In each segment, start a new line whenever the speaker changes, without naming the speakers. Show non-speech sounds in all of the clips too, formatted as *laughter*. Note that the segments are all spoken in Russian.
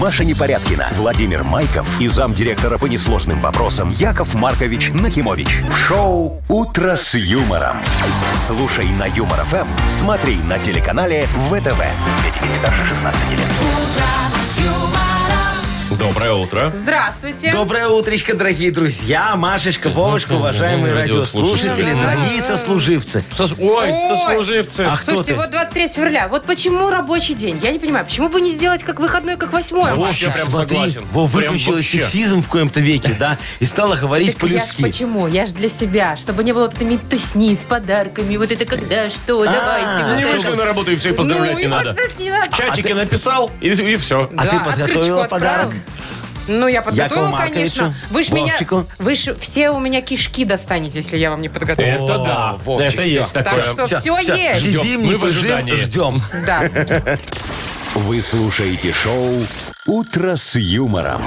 Маша Непорядкина, Владимир Майков и замдиректора по несложным вопросам Яков Маркович Нахимович. В шоу «Утро с юмором». Слушай на Юмор ФМ, смотри на телеканале ВТВ. Для детей старше 16 лет.
Доброе утро.
Здравствуйте.
Доброе утречко, дорогие друзья, Машечка, Вовочка, уважаемые
Радиослушатели.
радиослушатели, дорогие сослуживцы.
Сос- Ой,
Ой.
сослуживцы.
А кто
Слушайте,
ты?
вот 23 февраля. Вот почему рабочий день? Я не понимаю, почему бы не сделать как выходной, как восьмое?
Вот.
Вов,
вообще
щас
прям
смотри,
согласен.
Вов
Прям
выключила
вообще.
сексизм в коем-то веке, да, и стала говорить
Так я ж
по-людски.
почему? Я ж для себя. Чтобы не было вот этой метосни с подарками. Вот это когда, что, давайте.
Ну,
вот
не
это.
вышли на работу и всех поздравлять
Ну,
не
и А
надо.
поздравлять не надо.
В чатике написал и, и все.
А
Да,
ты подготовила
открыточку
подарок?
отправила. Ну, я
Якову
подготовила,
Марковичу,
конечно. Вы ж меня,
Вовчику.
вы ж все у меня кишки достанете, если я вам не подготовлю.
Это да.
Вовчик,
это есть
всё.
такое.
Так что
Всё,
все,
всё,
есть.
Ждём.
Сидим,
Мы
не
в
пыжим,
ожидании.
ждем. *laughs*
Да.
Вы слушаете шоу «Утро с юмором».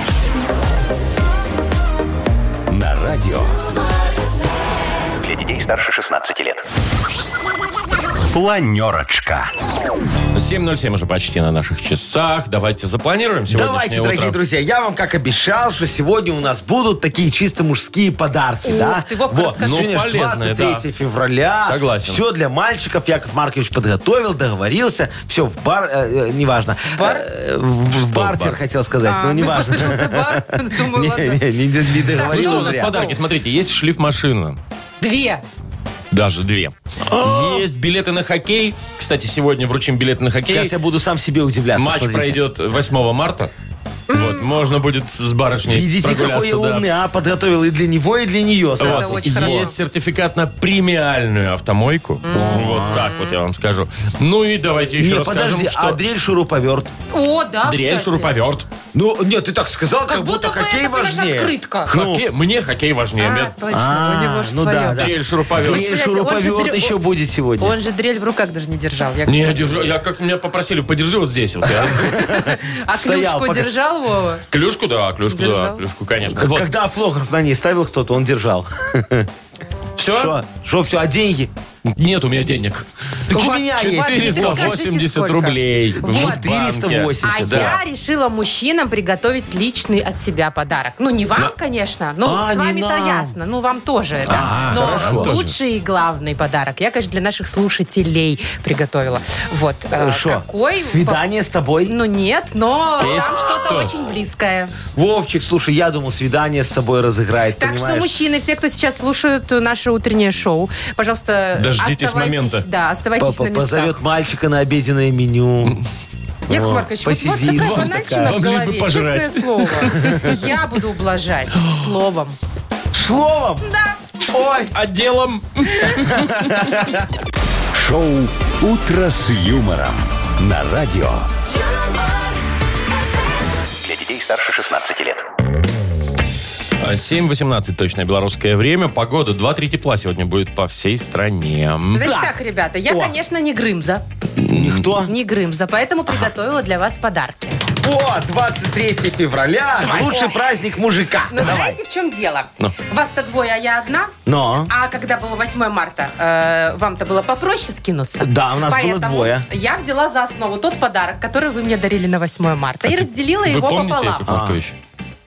На радио. Для детей старше 16 лет. Планерочка.
7.07 уже почти на наших часах. Давайте запланируем сегодняшнее
Давайте,
утро.
дорогие друзья, я вам как обещал, что сегодня у нас будут такие чисто мужские подарки,
Ух
да?
ты, Вовка, расскажи.
Ну,
Сегодня ж
полезные,
23 февраля.
Согласен.
Все для мальчиков. Яков Маркович подготовил, договорился. Все, в бар, э, э, неважно.
бар?
Э, в, в бартер,
бар?
хотел сказать,
А,
но
ну,
неважно.
послышался бар. Думаю,
*laughs* Не,
ладно.
не, не, не
Ну
Что
что
договорил
у нас
зря.
подарки? Смотрите, есть шлифмашина.
Две.
Даже две.
А!
Есть билеты на хоккей. Кстати, сегодня вручим билеты на хоккей.
Сейчас я буду сам себе удивляться.
Матч
смотрите.
пройдет 8 марта. Вот, можно будет с барышней
Видите, какой
прогуляться.
я
да.
умный, а? Подготовил и для него, и для нее.
Вот.
Это очень
Есть
хорошо.
сертификат на премиальную автомойку. Вот так вот я вам скажу. Ну и давайте еще
Не,
расскажем,
подожди,
что
а дрель шуруповерт?
О, да,
дрель
А, кстати.
шуруповерт.
Ну, нет, ты так сказал,
Как,
как, будто,
бы
хоккей
это, понимаешь,
важнее.
открытка.
Хоккей- Мне хоккей важнее.
А,
мне-
точно, у него же
ну
своё.
да, да.
Дрель шуруповерт.
Дрель
Представляете, он же
шуруповерт
дрель-
еще
он-
будет сегодня.
Он же дрель в руках даже не держал. Я
Не,
говорю.
держу, я как меня попросили, подержи вот здесь. вот я. *laughs*
А клюшку
стоял, пока-
держал, Вова?
Клюшку, да, клюшку, да,
Держал.
клюшку, конечно.
К-
Вот.
Когда афлограф на ней ставил кто-то, он держал.
Все?
Что? Что, все, а деньги?
Нет у меня денег.
Так
У
у
вас
меня
чего?
есть.
Скажите,
480
сколько?
рублей. в
Вот.
банке.
480.
А
Да.
я решила мужчинам приготовить личный от себя подарок. Ну, не вам, конечно, но
А,
с
не
вами-то
нам.
ясно. Ну, вам тоже, да.
А,
но
хорошо.
лучший и главный подарок я, конечно, для наших слушателей приготовила. Вот. э,
Хорошо.
Какой?
Свидание с
По-
тобой?
Ну, нет, но
Есть
там что-то
что?
очень близкое.
Вовчик, слушай, я думал, свидание с собой разыграет,
Так что,
понимаешь?
мужчины, все, кто сейчас слушают э, наше утреннее шоу, пожалуйста,
Дождитесь
оставайтесь-
момента.
Да, оставайтесь
Папа
на местах.
позовет мальчика на обеденное меню.
Яков Маркович, вот у вас
посидит.
такая
Вам
банальщина в
такая.
Вам лишь бы
голове,
пожрать.
честное слово.
*laughs*
Я буду ублажать словом.
Словом? Да. Ой,
Отделом
Шоу «Утро с юмором» на радио. Для детей старше 16 лет.
7.18 точное белорусское время. Погода 2-3 тепла сегодня будет по всей стране.
Значит
Да.
так, ребята, я,
О.
конечно, не Грымза,
никто.
не Грымза, поэтому приготовила для вас подарки.
О, 23 февраля. Лучший праздник мужика.
Но
Давай.
Ну,
Ну.
знаете, в чем дело? Вас-то двое, а я одна.
Но.
А когда было 8 марта, э, вам-то было попроще скинуться?
Да, у нас было
Поэтому
двое.
я взяла за основу тот подарок, который вы мне дарили на 8 марта, и разделила
Вы
его
помните,
пополам.
Яков Маркович?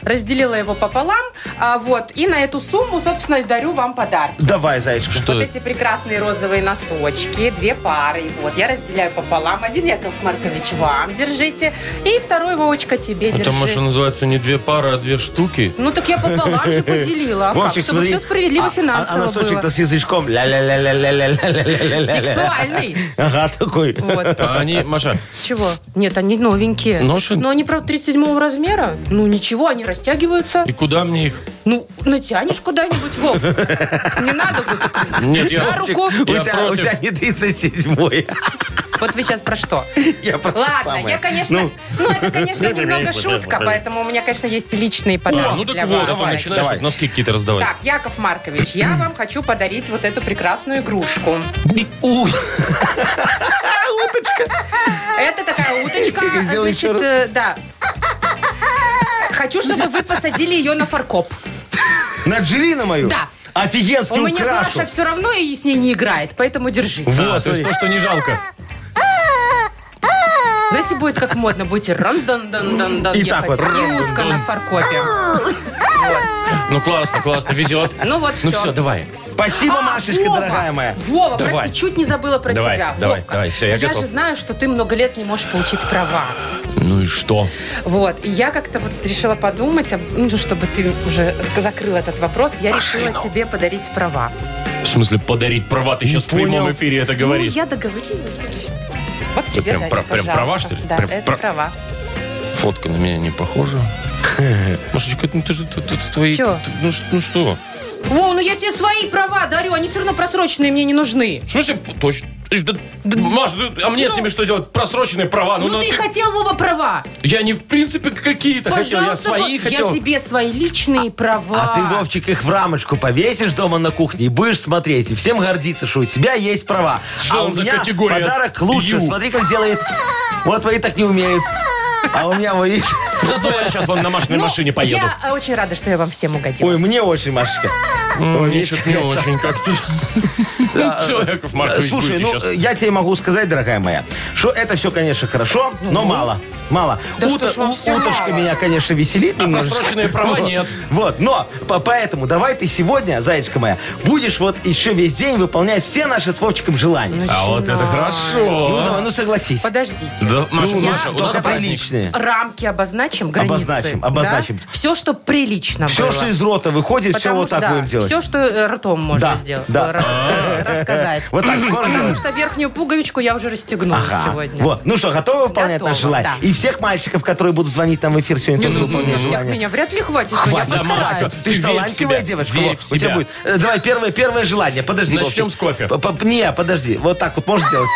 Разделила его пополам, а, вот, и на эту сумму, собственно, и дарю вам подарки.
Давай, зайчка.
Что
Вот
это?
эти прекрасные розовые носочки, две пары. Вот, я разделяю пополам. Один Яков Маркович вам держите, и второй Вовочка тебе
А
Это,
держи.
Маша, называется не две пары, а две штуки.
Ну так я пополам же поделила. А как?
Вовчик,
Чтобы
смотри.
все справедливо
А- а-
финансово
А
было.
носочек-то с язычком. Ля-ля-ля-ля-ля-ля-ля-ля-ля-ля.
Сексуальный.
Ага, такой.
Вот.
А *laughs* они, Маша,
Чего? Нет, они новенькие.
Ношен-
Но они, правда, 37 размера. Ну ничего, они растягиваются.
и куда мне их?
Ну, натянешь куда-нибудь, Вов. Не надо будет.
Нет, я...
На руку.
У
Я
тебя, у
против.
тебя не 37-й.
Вот вы сейчас про что?
Я про
*laughs*
то
Ладно,
самое.
я, конечно... Ну,
Ну,
это, конечно,
Ну,
немного
понимаешь, вот это,
шутка,
понимаешь.
поэтому у меня, конечно, есть и личные
А,
подарки
ну так
для
вот,
вас.
давай, начинаешь
Давай.
тут носки какие-то раздавать.
Так, Яков Маркович, я вам хочу подарить вот эту прекрасную игрушку.
у,
Это такая уточка,
Тихо, сделай еще
значит,
раз.
э, да. Хочу, чтобы вы посадили ее на фаркоп.
на Джерина мою?
Да.
Офигенски
У меня
украшу.
Глаша все равно и с ней не играет, поэтому держите.
А, то есть то, что не жалко.
Ну, если будет как модно, будете рон дан дан дан дан
И так вот.
И утка на фаркопе.
Ну классно, классно, везет.
Ну вот
Ну
все.
все, давай.
Спасибо,
А,
Машечка,
Вова!
дорогая моя.
Вова,
Давай.
прости, чуть не забыла про
Давай,
тебя.
давай,
Вовка,
давай, всё, я готов.
же знаю, что ты много лет не можешь получить права.
Ну и что?
Вот. И я как-то вот решила подумать, об- ну, чтобы ты уже ск- закрыл этот вопрос, я решила тебе подарить права.
В смысле, подарить права? Ты сейчас в прямом эфире это говоришь.
Ну, я договорилась. Вот тебе
прям
дарю,
про- прям права,
пожалуйста.
что ли?
Да,
Прям
это
про-
права.
Фотка на меня не похожа. *laughs* Машечка, ну ты же тут тут твои...
Чего?
тут- Ну, ш- ну что?
Во, ну я тебе свои права дарю, они все равно просроченные мне не нужны.
В смысле, точно? Да, да, Маш, да, а мне с ними что делать? Просроченные права.
Ну,
Ну, на-
ты хотел, Вова, права.
*laughs* Я не в принципе какие-то хотел, я
Пожалуйста,
свои
Вов,
хотел.
я тебе свои личные права.
А ты, Вовчик, их в рамочку повесишь дома на кухне и будешь смотреть. И всем гордиться, что у тебя есть права.
Что
а
он
у
за
меня
категория?
подарок лучше.
Ю.
Смотри, как делает. Вот твои так не умеют. А у меня, вот, видишь...
Зато я сейчас вон на Машиной
Ну,
машине поеду.
Я э, очень рада, что я вам всем угодила.
Ой, мне очень, Машечка.
*laughs*
М,
Ой,
Мне
видишь,
что-то не
как
очень как-то.
А,
*laughs* Всё, Яков Маркович,
Слушай,
будете
ну
щас.
э, я тебе могу сказать, дорогая моя, что это все, конечно, хорошо, но мало. Мало.
Ну. Да что ж вам
у-
всё
уточка
мало?
меня, конечно, веселит
А
немножечко.
просроченные права
Вот.
нет.
Вот, но по- поэтому давай ты сегодня, зайчка моя, будешь вот еще весь день выполнять все наши с Вовчиком желания.
А вот это
Ну
хорошо.
давай, ну согласись. Ну,
Подождите.
Да, Маша,
Я-
Маша, у нас
Только
праздник.
приличные.
Рамки обозначим, границы.
Обозначим, обозначим.
Все, что прилично
Все,
было.
что из рота выходит, все вот так будем делать.
Все, что э, ртом можно
Да,
сделать,
да.
э, рас- рассказать.
Вот так
*clears throat*
сможешь
Потому
делать?
что верхнюю пуговичку я уже расстегнула
Ага.
сегодня.
Вот. Ну что, готовы выполнять
Готова,
наше желание?
да.
И всех мальчиков, которые будут звонить нам в эфир сегодня, тоже
На
выполнять
Ну, всех
желание.
меня вряд ли хватит,
Ну, Хватит,
но я
Машечка,
постараюсь.
Ты,
Ты
же
верь в
талантливая
себя,
девочка.
верь
Во,
в
У
себя.
тебя будет. Э, Давай, первое, первое желание. Подожди,
Начнем
Вовчик.
с кофе.
П- п- Не, подожди. Вот так вот можешь сделать?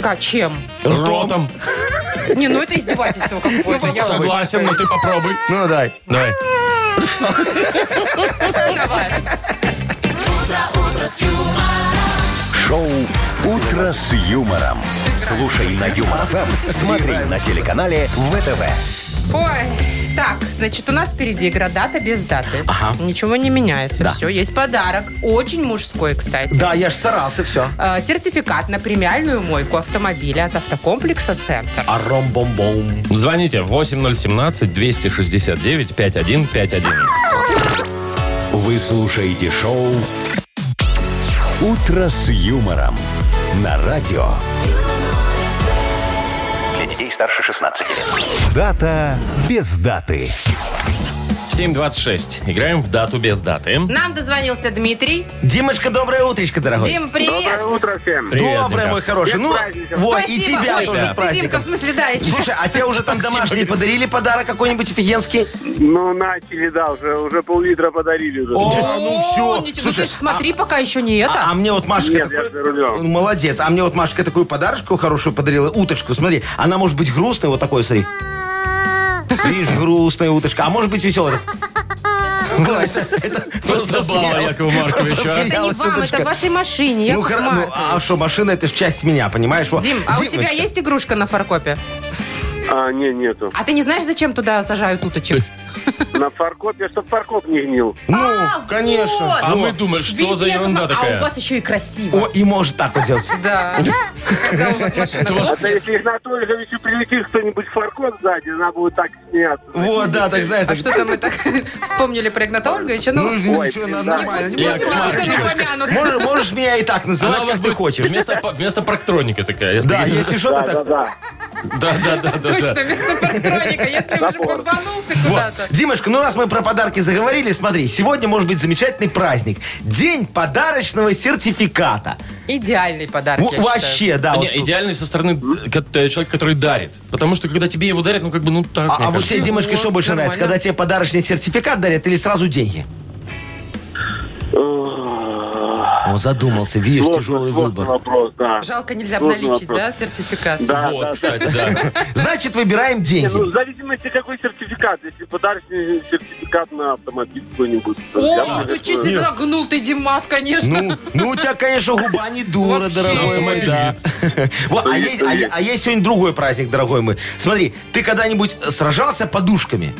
Ка- Чем?
Ротом.
Не, ну это издевательство какое-то. Я-
Ну, Согласен, но ты попробуй.
Ну, давай.
Давай.
Ну, Давай.
Шоу «Утро с юмором». Слушай на Юмор ФМ, смотри на телеканале ВТВ.
Ой, так, значит, у нас впереди игра дата без даты. Ничего не меняется. Все, есть подарок. Очень мужской, кстати.
Да, я ж старался, все.
Э, Сертификат на премиальную мойку автомобиля от автокомплекса «Центр».
аром бом бом
Звоните 8017-269-5151.
Вы слушаете шоу «Утро с юмором» на радио. Для детей старше 16 лет. Дата без даты.
7.26. Играем в дату без даты.
Нам дозвонился Дмитрий.
Димочка, доброе утречко, дорогой.
Дим, привет!
Доброе утро всем.
Привет,
доброе,
Димка.
мой хороший. Ну,
праздником.
во, и
Спасибо.
тебя
Ой,
тоже с
ты, Димка,
праздником.
в смысле, да, я
Слушай, а тебе уже там домашние подарили подарок какой-нибудь офигенский?
Ну, начали, да, уже, уже пол-литра подарили. Уже.
О,
О,
ну все.
не- ну ты ж смотри, пока еще не это.
А, а мне вот Машка
Нет,
такой-
я за рулем.
Ну, *laughs* Молодец. А мне вот Машка такую подарочку хорошую подарила. Уточку, смотри. Она может быть грустная, вот такой, смотри. Видишь, грустная уточка. А может
*laughs*
быть Ну, веселая.
Забава Якова Марковича.
это не
посмеялась
вам,
уточка.
это в вашей машине,
ну,
Яков
хоро- ну,
Маркович.
а что, машина это ж часть меня, понимаешь? Вот.
Дим, а у тебя
Димочка,
есть игрушка на фаркопе?
А, не, нету.
А ты не знаешь, зачем туда сажают уточек?
На фаркопе, чтоб фаркоп не гнил.
Ну,
А,
конечно.
вот.
А мы думали, что
Видите,
за
Яков
ерунда
Маркович, А у
такая?
вас еще и красиво.
О, и может так вот делать. *laughs*
Да. Когда у вас машина
Это у вас-
Это если Игнатольевичу еще прилетит кто-нибудь в фаркоп сзади, она будет так смеяться.
Вот, да, так знаешь.
А
так-
что-то мы так *laughs* вспомнили про Игната Ольговича?
Ну,
Ну,
Ой,
ничего,
да.
нормально.
не
Не-
Яков
будем
Маркович,
обязательно
девушка.
помянут.
Можешь, можешь меня и так
Она
называть,
у вас
как ты
будет
хочешь.
Вместо, по- вместо проктроника такая. если
Да,
где-
если что,
Да,
ты
да,
так...
да.
да, да, да, да, да.
Точно, вместо парктроника, если уже
Забор.
бомбанулся
Вот.
куда-то.
Димочка, ну раз мы про подарки заговорили, смотри, сегодня может быть замечательный праздник. День подарочного сертификата.
Идеальный подарок,
Во-
я считаю.
вообще, да.
А
вот
не, идеальный со стороны э, как-то человека, который дарит. Потому что, когда тебе его дарят, ну как бы, ну так. мне
А, а вот
кажется.
тебе, Димочка, что
Вот,
больше нравится?
нормально.
Когда тебе подарочный сертификат дарят или сразу деньги?
Эх,
Он задумался, видишь,
сложный,
тяжелый
сложный
выбор.
вопрос, да.
Жалко, нельзя
Сложный
обналичить,
вопрос.
да, сертификат?
Да,
Вот,
да,
кстати, да.
*laughs* Значит, выбираем
Не, ну,
деньги.
в зависимости, какой сертификат. Если подарочный сертификат на автомобиль какой-нибудь. то я бы
О, ну
такое-
чуть не загнул ты, Димас, конечно.
Ну, ну, у тебя, конечно, губа не дура,
Вообще.
дорогой мой,
Автомобиль
да. Вот, а,
Есть,
есть, а,
есть.
е- а есть сегодня другой праздник, дорогой мой. Смотри, ты когда-нибудь сражался подушками?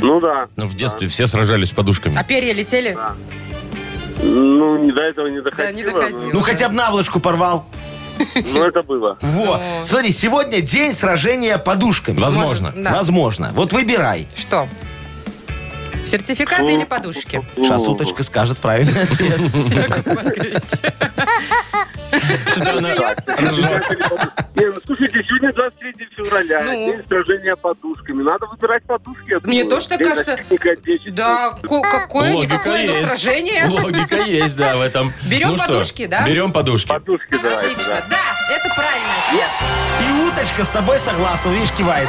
Ну да.
Ну, в детстве все сражались с подушками.
А перья летели?
Ну, не до этого не доходило.
не доходило.
но-
Ну, хотя бы Ну, наволочку порвал.
Но это было.
Во. Смотри, сегодня день сражения подушками.
Ну. Возможно.
Может, да.
Возможно. Вот выбирай.
Что?
Ну.
Сертификаты или подушки?
Сейчас уточка скажет правильно.
*laughs*
Яков Маркович.
Что-то она
Смеется?
ржет.
Не, ну слушайте, сегодня 23 февраля,
Ну.
день сражения подушками. Надо выбирать подушки. я
Мне
думаю.
тоже так
День
кажется.
защитника Отечества.
Да, ко-
Логика
какое-никакое но
есть.
сражение.
Логика есть, да, в
*laughs*
этом.
Берем
Ну что,
подушки, да?
Берем подушки.
Подушки давайте,
Отлично.
да.
Да, это правильно. ответ.
И уточка с тобой согласна. Видишь,
*laughs*
кивает.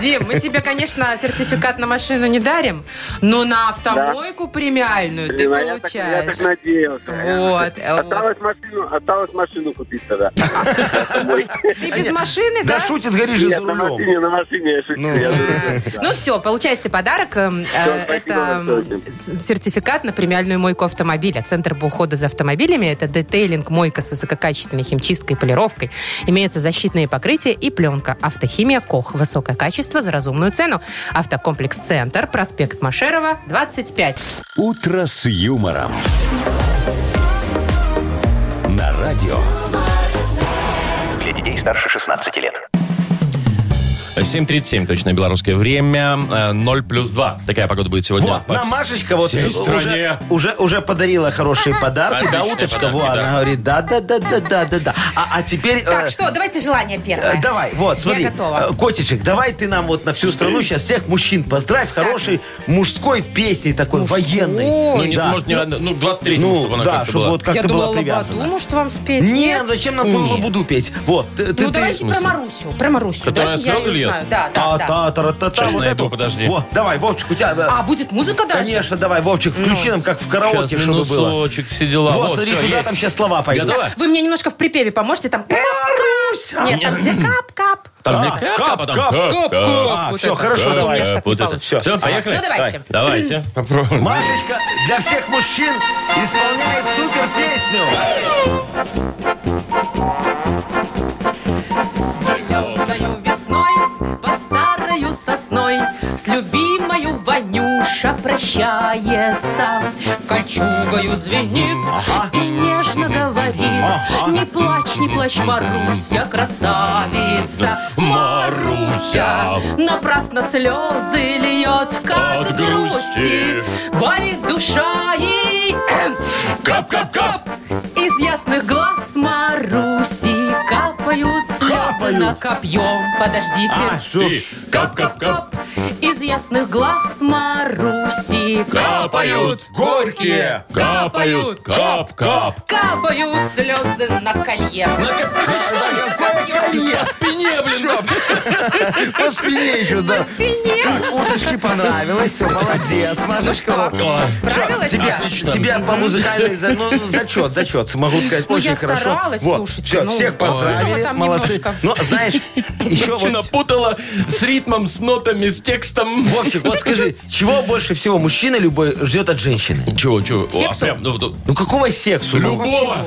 Дим, мы тебе, конечно, сертификат на машину не дарим, но на автомойку премиальную ты
Блин, а я, так, я
получаешь.
так надеялся.
Вот, э,
Осталось машину, осталось машину купить тогда.
Ты без машины, да?
Да шутит, горишь же за
Нет, на
рулем.
машине, на машине я шучу.
Ну.
я шучу, да.
Ну все, получаешь ты подарок. Эм, э,
спасибо
Это
большое.
м, сертификат на премиальную мойку автомобиля. Центр по уходу за автомобилями – это детейлинг, мойка с высококачественной химчисткой и полировкой. Имеются защитные покрытия и пленка. Автохимия КОХ. Высокое качество за разумную цену. Автокомплекс «Центр», проспект Машерова, 25.
«Утро с юмором». На радио.
Для детей старше 16 лет.
7.37, точное белорусское время. Э, 0 плюс 2. Такая погода будет сегодня.
Во,
по
нам Машечка вот
всей
уже,
стране.
уже, уже подарила хорошие подарки, да,
Отличные
уточка,
подарки,
вот,
да.
она говорит, да-да-да-да-да-да-да. А, а теперь... э,
Так, что, давайте желание
Э,
первое.
Давай, вот, смотри.
Я готова.
Э, Котичек, давай ты нам вот на всю страну сейчас всех мужчин поздравь хорошей мужской песней такой,
Мужской?
военной.
Ну, не,
Да.
может, не, одна- ну, 23
Ну,
чтобы она
да,
как-то
чтобы
была.
вот как-то
Я
была
думала,
привязана.
Лободу, может, вам спеть?
Не, зачем нам твою
Нет.
лабуду петь? Вот, ты, ты-
Ну,
ты-
давайте про
смысле?
Марусю. Про Марусю.
Которая
давайте я
слезы
её
льет?
знаю. Да, да, да.
А, Та-та-та-та-та,
Сейчас
вот
найду,
эту.
подожди.
Вот, давай, Вовчик, у тебя... э,
А, Ну. будет музыка даже?
Конечно, давай, Вовчик, включи нам, как в караоке,
Сейчас,
чтобы было.
минусочек, все дела.
вот,
Вот,
смотри,
всё,
туда
есть.
там сейчас слова пойдут.
Готова?
Вы мне немножко в припеве поможете? Там кап,
Маруся!
Нет, там где кап-кап.
Там не
Э, А,
кап, а
кап,
потом
кап,
кап,
кап,
кап,
кап.
А,
вот
все,
это.
хорошо,
кап,
Да,
давай.
конечно.
кап,
так не
Вот это.
получится.
Все, поехали.
Ну, давайте.
Давайте, *clears throat* попробуем.
Машечка для всех мужчин исполняет супер песню.
А,
Зеленою весной под старою сосной С любимою Ванюша прощается Кольчугою звенит и нежно говорит Не плачь, не плачь, Маруся, красавица Маруся Напрасно слезы льет, как
От
грусти
грусти.
Болит душа ей *clears throat* Кап-кап-кап Из ясных глаз Маруси Капают слезы
Капают.
на копье
А,
Подождите
что?
Ты.
Кап-кап-кап Из ясных глаз Маруси
Капают.
Горькие.
Капают. Кап, кап.
Капают слезы на колье
По спине, блин.
По спине еще, да.
спине. Ну
Так, уточке понравилось, все, молодец, Машечка. вот. Всё,
Справилась
тебя,
я?
тебя по музыкальной за- ну, зачет, зачет, могу сказать,
Ну,
очень
я
хорошо.
старалась,
вот,
слушайте,
Все,
ну,
всех
подумала
поздравили,
там
молодцы.
немножко.
Но
*laughs*
знаешь, еще
Чё
вот
напутала с ритмом, с нотами, с текстом.
Вовчик, вот скажи, чего больше всего мужчина любой ждет от женщины?
Чего, чего?
Сексу?
прям, ну, ну,
Ну какого сексу? Ну,
Любого.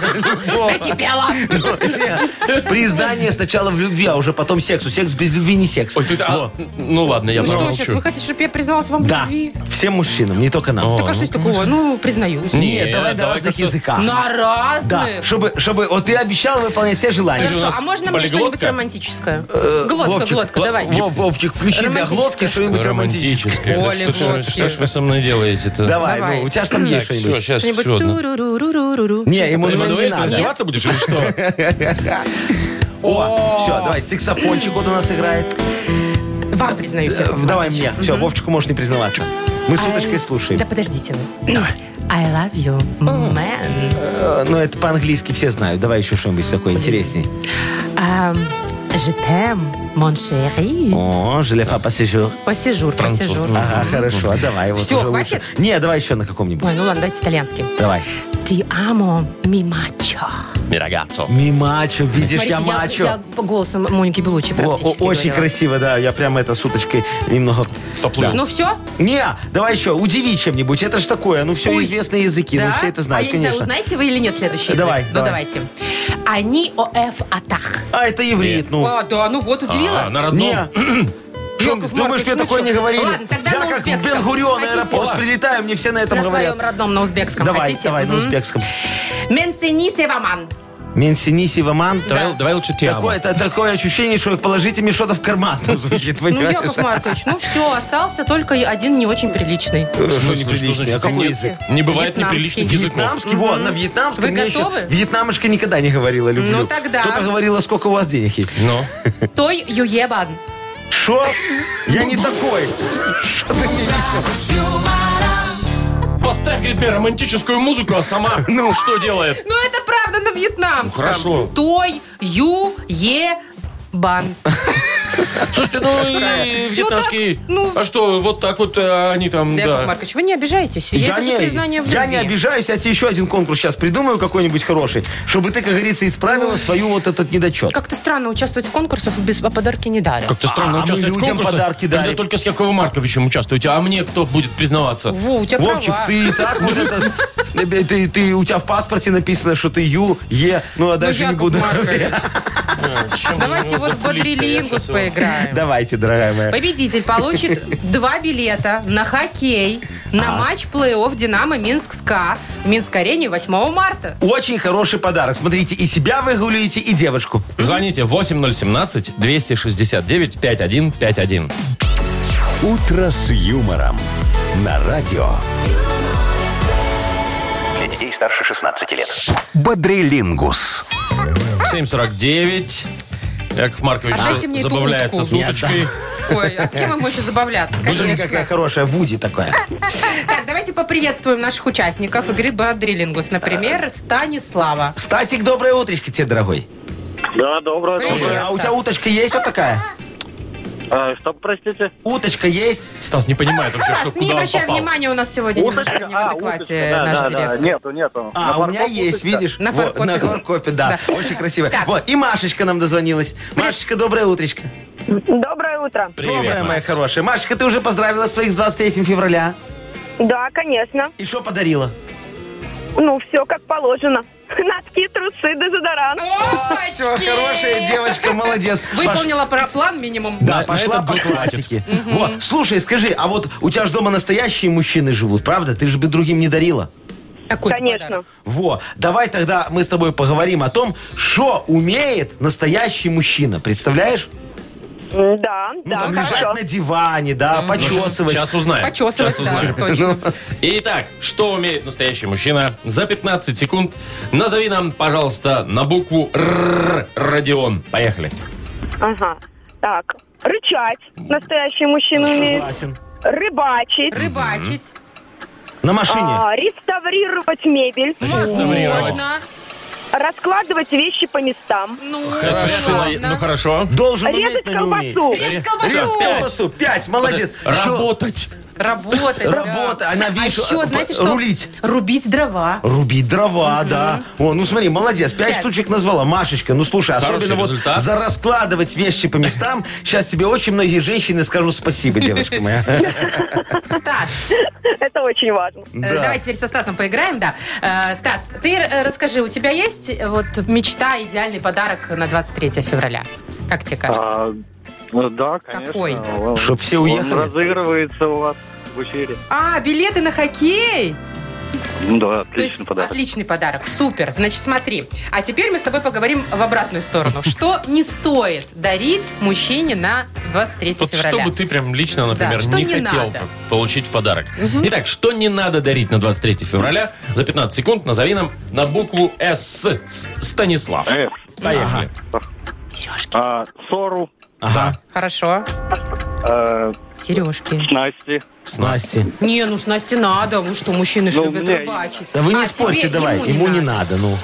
Накипела
нет, Признание сначала в любви, а уже потом сексу. Секс без любви не секс.
Ой, то есть, а, ну ладно, я
Ну что,
промолчу.
сейчас вы хотите, чтобы я призналась вам в
Да,
любви?
всем мужчинам, не только нам.
Так а что ж такого? Ну, признаюсь
Нет, давай до
давай
разных
как-то-
языках.
На
Да,
разных
чтобы, чтобы, вот ты обещал выполнять все желания.
же у
Хорошо,
нас
а можно мне что-нибудь
полиглотка?
романтическое? Глотка,
Э, Вовчик,
глотка,
гла-
давай.
Вов- Вовчик, включи для
Романтическое
глотки что-нибудь романтическое.
Романтическое. Да
Оли,
Что, ж вы-
водки.
что ж вы со мной делаете-то?
Давай,
Давай.
ну, у тебя же там есть
Все,
что-нибудь.
сейчас
Что-нибудь
все.
ту-ру-ру-ру-ру-ру.
ну. Не, ему ну, не
Эммануэль, ну. ты
надо.
раздеваться будешь или *laughs* что?
О, все, давай, саксофончик вот у нас играет.
Вам признаюсь.
Э, Давай мне. Все, Вовчику можешь не признаваться. Мы с уточкой слушаем.
Э, Да подождите вы. *clears throat* I love you, man.
Э, Ну, это по-английски все знают. Давай еще что-нибудь такое интереснее.
Ам, Je t'aime, mon chéri.
О, желефа посижу.
Посижур, посижур.
Ага, хорошо, а давай. вот
Всё,
уже лучше.
хватит?
Не, давай еще на каком-нибудь.
Ой, ну ладно, давайте итальянским.
Давай.
Ти амо ми мачо.
Мирогацо.
Мимачо, видишь,
Смотрите,
я мачо.
я по голосу Моники Белучи
О, о,
практически
очень
говорила.
красиво, да. Я прям это с уточкой немного...
Поплыл.
Ну все?
Не, давай еще, удиви чем-нибудь. Это ж такое, ну все
Ой.
известные языки, ну все это
а
знают,
я не знаю,
конечно.
узнаете вы или нет следующий язык?
Давай,
Ну
давай.
давайте. Они о Ф атах.
а это еврит, ну.
А, да, ну вот удивила.
*clears throat*
А, на родном.
Не. Что,
Яков
думаешь,
Маркович,
мне
ну
такое
чё?
не говорили?
Ладно, тогда
Я
на
как в
узбекском.
Бенгурион
Хотите?
аэропорт прилетаю, мне все на этом
На
говорят.
своем родном, на узбекском.
Давай,
Хотите?
давай, на
Мгм.
узбекском.
Менсини севаман.
Менсини Сиваман.
Давай, давай лучше Тиама.
Такое, это такое ощущение, что положите мне что-то в карман. Ну, Звучит,
Ну, Яков
понимаешь?
Маркович, ну все, остался только и один не очень приличный.
В смысле,
Ну, Что неприличное?
значит
А какой
конец?
язык?
Не бывает
Вьетнамский.
неприличных языков.
Вьетнамский, вот, на вьетнамском
Вы
мне еще-
готовы?
Вьетнамочка никогда не говорила, люблю.
Ну, тогда.
Только говорила, сколько у вас денег есть.
Но.
Той юебан.
Шо? Я не такой. Что ты мне несешь?
Поставь, говорит, мне романтическую музыку, а сама
*laughs*
ну что делает?
Ну это правда на
Ну,
вьетнамском.
Хорошо.
Той ю е бан.
Слушайте, ну и вьетнамский...
ну-
А что, вот так вот э, они там,
Яков
да.
Маркович, вы не обижаетесь. Я, это же признание в
я не
любви.
обижаюсь, я тебе еще один конкурс сейчас придумаю какой-нибудь хороший, чтобы ты, как говорится, исправила свою вот этот недочет.
Как-то странно участвовать в конкурсах, без а подарки не дали.
Как-то странно
А, мы
участвовать в
людям
конкурсах,
подарки
когда
дарим.
только с Яковом Марковичем участвуете. А мне кто будет признаваться?
Во, у тебя
Вовчик,
права.
ты и так вот это... э, Ты, ты- у тебя в паспорте написано, что ты Ю, Е, ну а
Ну,
дальше не
Яков
буду.
Маркович,
Чем
Давайте
его
вот в
запулить-то? Я
бодрилингус
щас его-
поиграем.
*laughs* Давайте, дорогая моя.
Победитель
*laughs*
получит два билета на хоккей
А.
на матч плей-офф «Динамо Минск-СКА» в Минск-арене 8 марта.
Очень хороший подарок. Смотрите, и себя выгуляете, и девочку.
Звоните 8017-269-5151.
«Утро с юмором» на радио.
Для детей старше 16 лет.
Бодрилингус.
749. Яков Маркович
Отдайте
за-
мне эту
забавляется
утку.
с уточкой.
Ой, а с кем ему еще забавляться,
Смотри, какая
конечно.
хорошая, Вуди такая.
Так, давайте поприветствуем наших участников игры «Бодрилингус». Например, Станислава.
Стасик, доброе утречко тебе, дорогой.
Да, доброе.
Привет.
доброе.
Слушай, а у
Стас.
тебя уточка есть вот такая?
А, что, простите?
Уточка есть?
Стас не понимает вообще, что
Стас, не
куда он
обращай
попал.
внимания, у нас сегодня немножко не в адеквате наш
А, да, да,
директор.
Нету, нету.
А,
На
у меня
парковке
есть,
уточка.
видишь?
На
Вот,
фаркопе.
на фаркопе, да.
Да.
Очень красиво.
Так.
Вот, и Машечка нам дозвонилась. Машечка, доброе утречко.
Доброе
Доброе,
утро.
Привет,
моя хорошая. Машечка, ты уже поздравила своих с 23 февраля.
Да, конечно.
И что подарила?
Ну, все как положено. Носки, трусы, дезодорант.
Ой,
Все, хорошая девочка, молодец. Паш-
Выполнила про- план минимум.
Да,
На- на
пошла
этот
по
год хватит.
классике. Вот, слушай, скажи, а вот у тебя же дома настоящие мужчины живут, правда? Ты же бы другим не дарила.
Такой
Конечно.
подарок.
Во, давай тогда мы с тобой поговорим о том, что умеет настоящий мужчина, представляешь?
М, Да,
Ну,
да,
там
хорошо.
лежать на диване, да, почесывать.
Сейчас узнаем.
Почесывать,
Сейчас Ну.
да,
узнаем.
точно.
Итак, что умеет настоящий мужчина? За 15 секунд назови нам, пожалуйста, на букву Р Родион. Поехали.
Ага. Так, рычать. Настоящий мужчина умеет.
Согласен.
Рыбачить.
Рыбачить.
На машине.
а, реставрировать мебель.
Можно.
Раскладывать вещи по местам.
Ну,
Это
ладно.
на- Ну хорошо.
Должен
Резать
уметь, но не умеет.
а колбасу.
Рез
Резать
колбасу.
колбасу. Пять, молодец. Еще
Работать.
Работать. да.
Работа, она,
А
видишь,
еще, знаете что?
рулить.
Рубить дрова.
Рубить дрова, да. О, ну смотри, молодец, пять,
Пять.
штучек назвала. Машечка, ну слушай,
Хороший
особенно вот
результат.
за раскладывать вещи по местам, сейчас тебе очень многие женщины скажут спасибо, девочка моя.
Стас,
Это очень важно.
э, давай теперь со Стасом поиграем, да. Э, Стас, ты э, расскажи, у тебя есть э, вот мечта, идеальный подарок на 23 февраля? Как тебе кажется?
А, ну да, конечно.
Какой?
Он-
Чтоб все
Он
уехали.
разыгрывается у вас в эфире.
А, билеты на хоккей?
Ну да,
То есть
отличный подарок.
Отличный подарок, супер. Значит, смотри, а теперь мы с тобой поговорим в обратную сторону. Что не стоит дарить мужчине на 23
Вот что
февраля?
бы ты прям лично, например,
что
не,
не
хотел
надо.
бы получить в подарок. Итак, что не надо дарить на 23 февраля? За 15 секунд назови нам на букву С. С- Станислав.
Э,
Поехали.
Сережки.
а, Сору,
Ага.
Хорошо.
э,
Сережки.
Насти.
С Настей.
Не, ну с Настей надо. Вы что, мужчины
Ну,
любят
мне-
рыбачить.
Да вы не
А,
спорьте,
тебе
давай. Ему не надо, ну.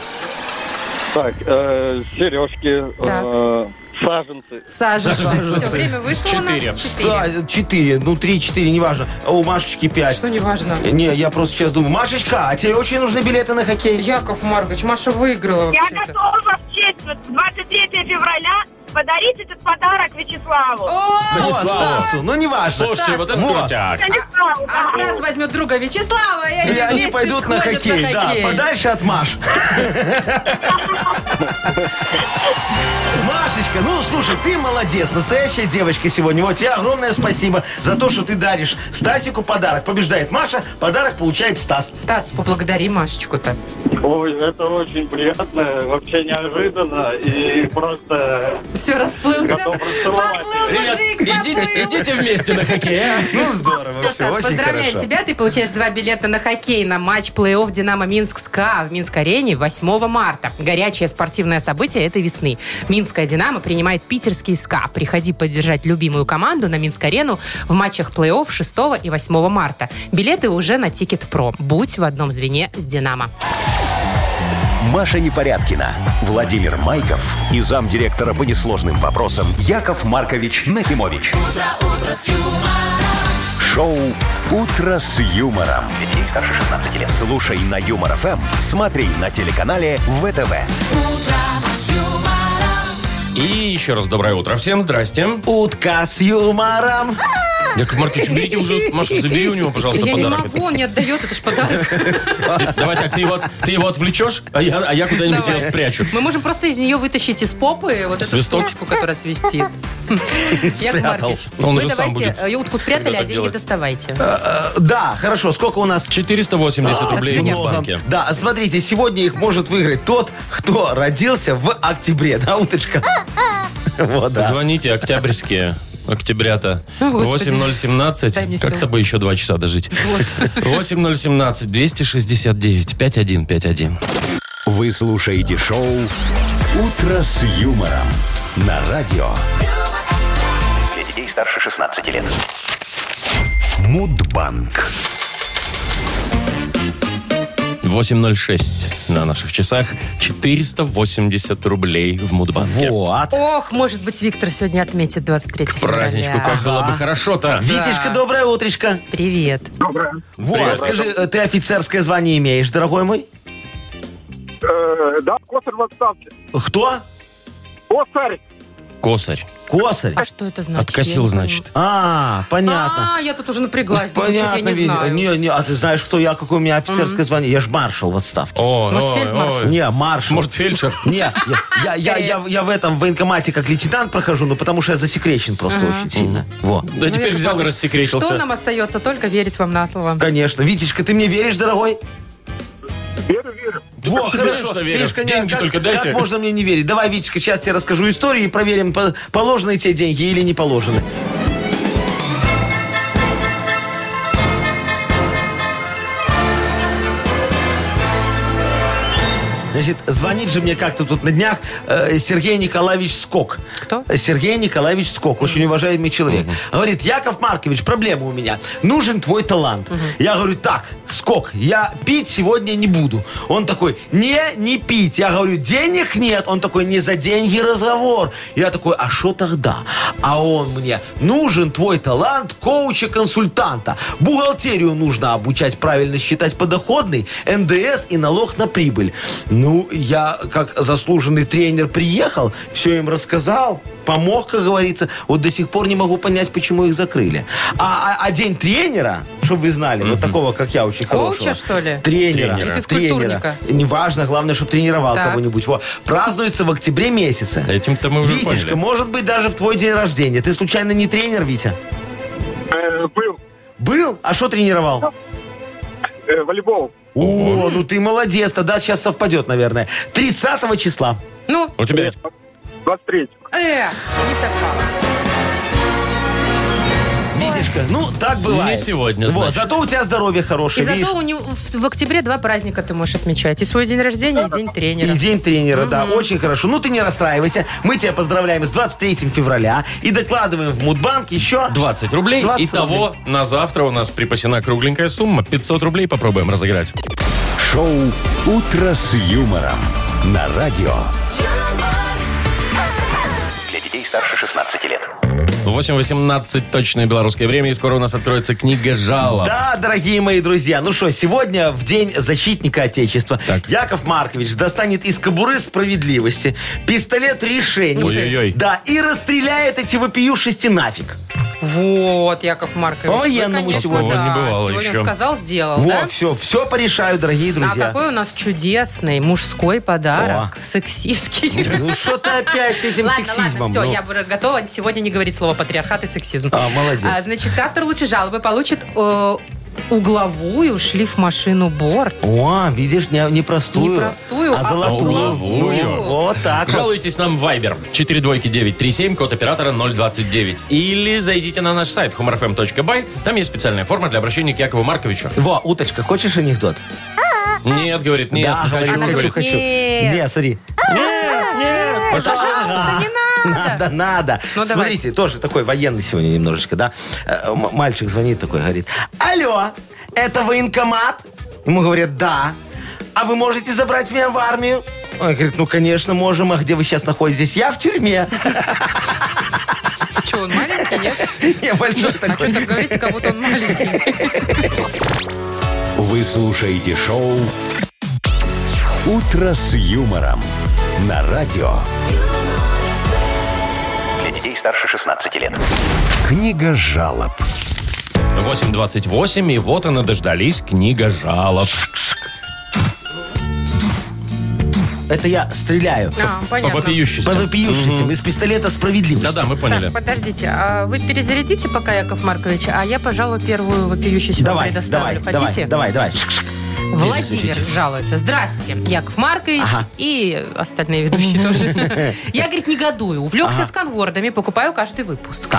Так, э, сережки,
Так.
э, саженцы.
Саженцы.
Саженцы.
Все, время вышло
Четыре.
у нас.
Да,
Четыре.
четыре, ну три-четыре, неважно. А у Машечки пять.
Что неважно.
Не, я просто сейчас думаю, Машечка, а тебе очень нужны билеты на хоккей?
Яков Маркович, Маша выиграла
Я
вообще-то.
готова вас честь. Вот 23 февраля Подарить этот подарок Вячеславу.
О,
Станиславу.
Стасу, ну неважно.
Слушайте, вот это
Во.
крутяк.
Станиславу,
А с
да.
нас возьмет друга Вячеслава, и они,
И они
вместе
пойдут на
сходят
хоккей,
на
да,
хоккей.
подальше от Маш. Машечка, ну слушай, ты молодец, настоящая девочка сегодня. Вот тебе огромное спасибо за то, что ты даришь Стасику подарок. Побеждает Маша, подарок получает Стас.
Стас, поблагодари Машечку-то.
Ой, это очень приятно, вообще неожиданно и просто...
Все, расплылся.
Готов расцеловать.
Ребят, *laughs* идите, идите вместе на хоккей, а?
Ну здорово,
Все, Стас, поздравляем тебя. Ты получаешь два билета на хоккей на матч плей-офф «Динамо Минск» СКА в Минск-арене 8 марта. Горячее спортивное событие этой весны. Минская «Динамо» принимает питерский СКА. Приходи поддержать любимую команду на Минск-арену в матчах плей-офф 6 и 8 марта. Билеты уже на Тикет Про. Будь в одном звене с «Динамо».
Маша Непорядкина, Владимир Майков и замдиректора по несложным вопросам Яков Маркович Нахимович. Шоу Утро с юмором. Детей старше 16 лет. Слушай на юмор ФМ, смотри на телеканале ВТВ.
И еще раз доброе утро. Всем здрасте.
Утка с юмором.
Яков Маркович, уберите уже, Машка, забери у него, пожалуйста,
Я не
подарок.
могу, он не отдает, это
*laughs*
ж подарок.
Ты- давай так, ты его, ты его отвлечешь, а я, а я куда-нибудь
Давай.
ее спрячу.
Мы можем просто из нее вытащить из попы вот эту
Свисток?
штучку,
*laughs*
которая свистит. Яков Маркович,
Но он
вы
уже сам
давайте
будет.
э, утку спрятали,
Когда
а
так
деньги
делать.
доставайте.
Э, Да, хорошо, сколько у нас?
480
А,
рублей в
Ну,
банке.
Да, смотрите, сегодня их может выиграть тот, кто родился в октябре, да, уточка? Вот, да.
Звоните октябрьские. Октябрята.
О, Господи.
8017.
Дай мне сил.
Как-то бы еще два часа дожить.
Вот.
8017 269 5151.
Вы слушаете шоу Утро с юмором на радио
Для детей старше 16 лет.
Мудбанк.
806 на наших часах. 480 рублей в Мудбанке.
Вот.
Ох, может быть, Виктор сегодня отметит 23
Праздничку,
февраля.
как было бы хорошо-то.
Витечка, доброе утречко.
Привет. А
Вот, скажи, э, ты офицерское звание имеешь, дорогой мой?
Э, да, косарь в отставке.
Кто?
Косарь!
Косарь.
Косарь.
А что это значит? Я
Откосил,
не
значит.
А, понятно.
понимаю. А, я тут уже напряглась. думаю, что-то
Понятно,
я не
Витя.
знаю.
Не, не, а ты знаешь, кто я, какое у меня офицерское звание? Я ж маршал в отставке.
О,
Может,
ой,
фельдмаршал?
ой.
Не, маршал.
Может, фельдшер?
Не, я, я, я, я, я в этом военкомате как лейтенант прохожу, ну потому что я засекречен просто очень сильно. Во.
Да теперь взял и
Что
рассекретился.
нам остается? Только верить вам на слово.
Конечно. Витечка, ты мне веришь, дорогой?
Верю, верю.
Во, хорошо.
Конечно, верю.
Видишь, конечно,
Деньги
как-
только
как
дайте.
можно мне не верить? Давай, Витечка, сейчас тебе расскажу историю и проверим, по- положены тебе деньги или не положены. Значит, звонит же мне как-то тут на днях э, Сергей Николаевич Скок.
Кто?
Сергей Николаевич Скок, очень уважаемый человек. Говорит, Яков Маркович, проблема у меня. Нужен твой талант. Я говорю, так, Скок, я пить сегодня не буду. Он такой, не, не пить. Я говорю, денег нет. Он такой, не за деньги разговор. Я такой, а что тогда? А он мне, нужен твой талант коуча-консультанта. Бухгалтерию нужно обучать правильно считать подоходный, НДС и налог на прибыль. Ну, я как заслуженный тренер приехал, все им рассказал, помог, как говорится. Вот до сих пор не могу понять, почему их закрыли. А, а- а день тренера, чтобы вы знали, вот такого, как я, очень
Коуча,
хорошего.
что ли?
Тренера.
Или
физкультурника?
тренера. Неважно, главное, чтобы тренировал
Так.
кого-нибудь. Во. Празднуется в октябре месяце.
Этим-то мы уже
Витечка,
поняли.
может быть, даже в твой день рождения. Ты случайно не тренер, Витя?
Э, был
Был? А что
Ну.
тренировал?
э, волейбол.
О, ну ты молодец, тогда сейчас совпадет, наверное. 30 числа.
Ну,
У тебя
23
эх, не совпало.
Витечка, ну так бывает.
Не сегодня,
Вот,
значит.
зато у тебя здоровье
И
хорошее, видишь?
зато у него в, в октябре два праздника ты можешь отмечать. И свой день рождения, и день тренера.
И день тренера, да, очень хорошо. Ну ты не расстраивайся, мы тебя поздравляем с 23 февраля и докладываем в Мудбанк еще...
20 рублей.
20
Итого на завтра у нас припасена кругленькая сумма. 500 рублей попробуем разыграть.
Шоу Утро с юмором на радио
Для детей старше 16 лет.
8.18 точное белорусское время, и скоро у нас откроется книга жалоб.
Да, дорогие мои друзья, ну что, сегодня в День защитника Отечества
Так.
Яков Маркович достанет из кобуры справедливости пистолет решений.
Ух ты. Ой-ой-ой.
Да, и расстреляет эти вопиюшисти нафиг.
Вот, Яков Маркович.
По-военному
вы, конечно,
ну, сегодня.
да.
Такого не бывало
Сегодня
еще.
сказал, сделал,
Во,
да?
все, все порешаю, дорогие
А
друзья.
какой у нас чудесный мужской подарок. Сексистский.
Ну что ты опять с этим
Ладно,
сексизмом?
ладно, все,
ну?
я буду готова сегодня не говорить слово патриархат и сексизм.
А, молодец.
А, значит, автор лучшей жалобы получит э, угловую шлифмашину борт.
О, видишь, не, не простую,
Не простую,
а
а
золотую.
угловую.
Ну, вот так вот.
Жалуйтесь нам в Viber 42937, код оператора 029. Или зайдите на наш сайт humorfm.by. Там есть специальная форма для обращения к Якову Марковичу.
Во, уточка, хочешь анекдот?
Нет, говорит, нет,
да,
не хочу,
говорю, хочу,
говорит.
хочу.
Нет.
Не, смотри.
Пожалуйста, не надо.
Надо, надо.
Ну, давай.
Смотрите, тоже такой военный сегодня немножечко, да? Э, м- Мальчик звонит такой, говорит, алло, это военкомат? Ему говорят, да. А вы можете забрать меня в армию? Он говорит, ну, конечно, можем. А где вы сейчас находитесь? Я в тюрьме. *laughs*
Что, он маленький, нет?
Я большой
А что
*laughs* такой.
так говорите, как будто он
*laughs*
маленький?
Вы слушаете шоу «Утро с юмором» на радио.
Для детей старше 16 лет.
Книга жалоб.
8.28, и вот она дождались книга жалоб.
Это я стреляю.
А,
По
понятно.
По
вопиющести.
вопиющестям из пистолета справедливости.
Да-да, мы поняли.
Так, подождите, а вы перезарядите пока, Яков Маркович, а я, пожалуй, первую вопиющуюся вам
Давай, давай,
предоставлю. Хотите?
давай, давай, давай. Шик-шик.
Владимир жалуется. Здрасте, Яков Маркович и
*laughs*
остальные ведущие тоже. Я, говорит, негодую. Увлекся сканвордами, покупаю каждый выпуск.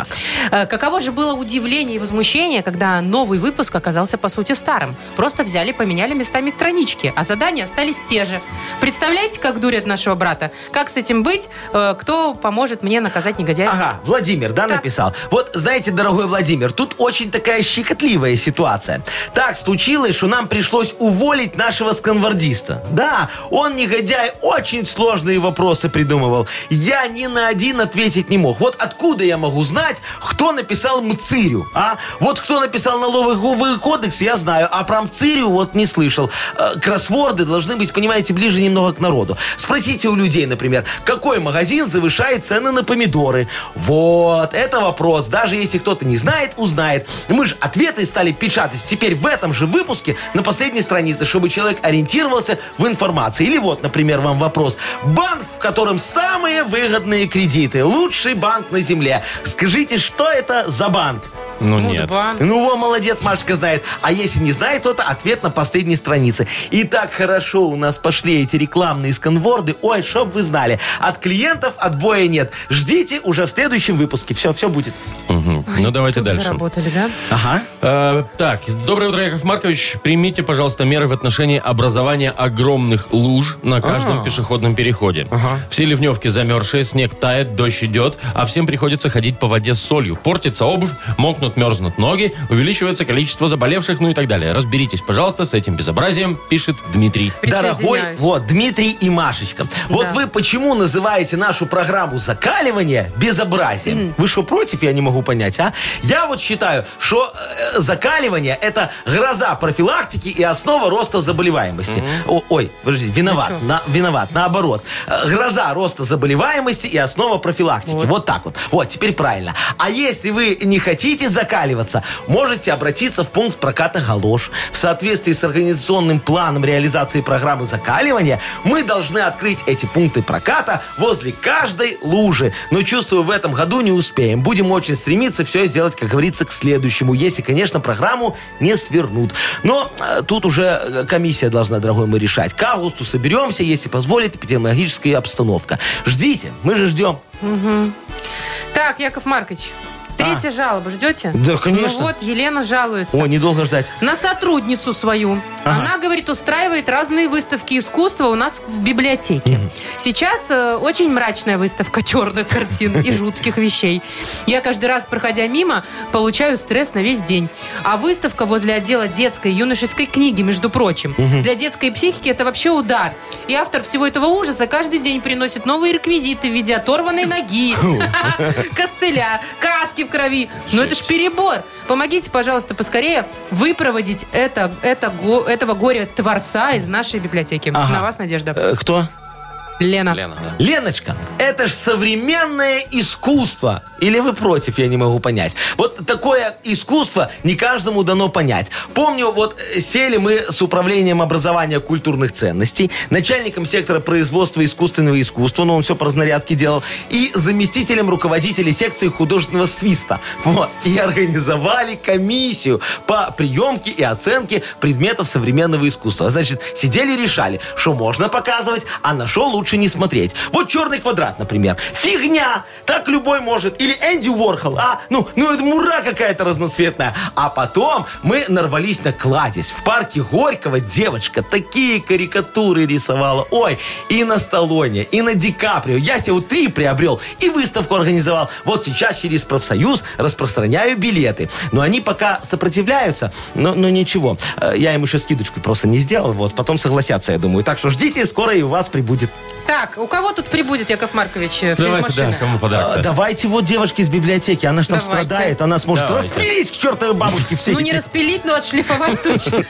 Э, Каково же было удивление и возмущение, когда новый выпуск оказался, по сути, старым. Просто взяли, поменяли местами странички, а задания остались те же. Представляете, как дурят нашего брата? Как с этим быть? Э, Кто поможет мне наказать негодяя?
А,
Ага, Владимир, да, написал. Вот, знаете, дорогой Владимир, тут очень такая щекотливая ситуация. Так случилось, что нам пришлось уволить нашего сканвардиста. Да, он, негодяй, очень сложные вопросы придумывал. Я ни на один ответить не мог. Вот откуда я могу знать, кто написал Мцирю, а? Вот кто написал налоговый кодекс, я знаю, а про Мцирю вот не слышал. Э, Кроссворды должны быть, понимаете, ближе немного к народу. Спросите у людей, например, какой магазин завышает цены на помидоры? Вот, это вопрос. Даже если кто-то не знает, узнает. Мы же ответы стали печатать теперь в этом же выпуске на последней странице, чтобы человек ориентировался в информации. Или вот, например, вам вопрос. Банк, в котором самые выгодные кредиты. Лучший банк на земле. Скажите, что это за банк?
Ну
Ну,
нет.
два.
Ну, во, молодец, Машка знает. А если не знает, то это ответ на последней странице. И так хорошо у нас пошли эти рекламные сканворды. Ой, чтоб вы знали. От клиентов отбоя нет. Ждите уже в следующем выпуске. Все, все будет.
Мгм. Ну давайте
Тут
дальше.
заработали, да?
Ага.
Э, так, доброе утро, Яков Маркович. Примите, пожалуйста, меры в отношении образования огромных луж
А.
на каждом пешеходном переходе. Все ливневки замерзшие, снег тает, дождь идет, а всем приходится ходить по воде с солью. Портится обувь, мокнут, мерзнут ноги, увеличивается количество заболевших, ну и так далее. Разберитесь, пожалуйста, с этим безобразием, пишет Дмитрий.
Дорогой,
Присоединяюсь.
вот, Дмитрий и Машечка. Вот
Да.
вы почему называете нашу программу закаливание безобразием? Вы что, против? Я не могу понять, а? Я вот считаю, что э, закаливание – это гроза профилактики и основа роста заболеваемости. О- ой, подождите,
Ну
виноват, на- виноват, наоборот. Э, Гроза роста заболеваемости и основа профилактики. Вот. так вот. Вот, теперь правильно. А если вы не хотите закаливаться, можете обратиться в пункт проката галош. В соответствии с организационным планом реализации программы закаливания, мы должны открыть эти пункты проката возле каждой лужи. Но чувствую, в этом году не успеем. Будем очень стремиться все сделать, как говорится, к следующему. Если, конечно, программу не свернут. Но э, тут уже э, комиссия должна, дорогой мой, решать. К августу соберемся, если позволит эпидемиологическая обстановка. Ждите, мы же ждем.
Так, Яков Маркович, Третья жалоба ждете?
А. Да, конечно.
Ну вот, Елена жалуется.
О, недолго ждать.
На сотрудницу свою. Она, говорит, устраивает разные выставки искусства у нас в библиотеке. Сейчас э, очень мрачная выставка черных картин и жутких вещей. Я каждый раз, проходя мимо, получаю стресс на весь день. А выставка возле отдела детской и юношеской книги, между прочим. Для детской психики это вообще удар. И автор всего этого ужаса каждый день приносит новые реквизиты в виде оторванной ноги, костыля, каски в крови. Но это ж перебор. Помогите, пожалуйста, поскорее выпроводить это, это, го- этого горя-творца из нашей библиотеки.
Ага.
На вас, Надежда.
Э, кто?
Лена.
Лена, да.
Леночка, это ж современное искусство. Или вы против, я не могу понять. Вот такое искусство не каждому дано понять. Помню, вот э, сели мы с управлением образования культурных ценностей, начальником сектора производства искусственного искусства, но он все по разнарядке делал, и заместителем руководителя секции художественного свиста. Вот. И организовали комиссию по приемке и оценке предметов современного искусства. Значит, сидели и решали, что можно показывать, а на что лучше не смотреть. Вот черный квадрат, например. Фигня! Так любой может. Или Энди Уорхол. А, ну, ну это мура какая-то разноцветная. А потом мы нарвались на кладезь. В парке Горького девочка такие карикатуры рисовала. Ой, и на Сталлоне, и на Ди Каприо. Я себе вот три приобрел и выставку организовал. Вот сейчас через профсоюз распространяю билеты. Но они пока сопротивляются, но, но ничего. Э, Я им еще скидочку просто не сделал. Вот, потом согласятся, я думаю. Так что ждите, скоро и у вас прибудет
Так, у кого тут прибудет, Яков Маркович, э,
Давайте, да,
фельдмашина?
кому
А,
подарок
Давайте вот девушке из библиотеки, она же там
Давайте.
страдает, она сможет
Давайте.
распилить к чертовой бабушке все
Ну, не
эти-
распилить, но отшлифовать точно.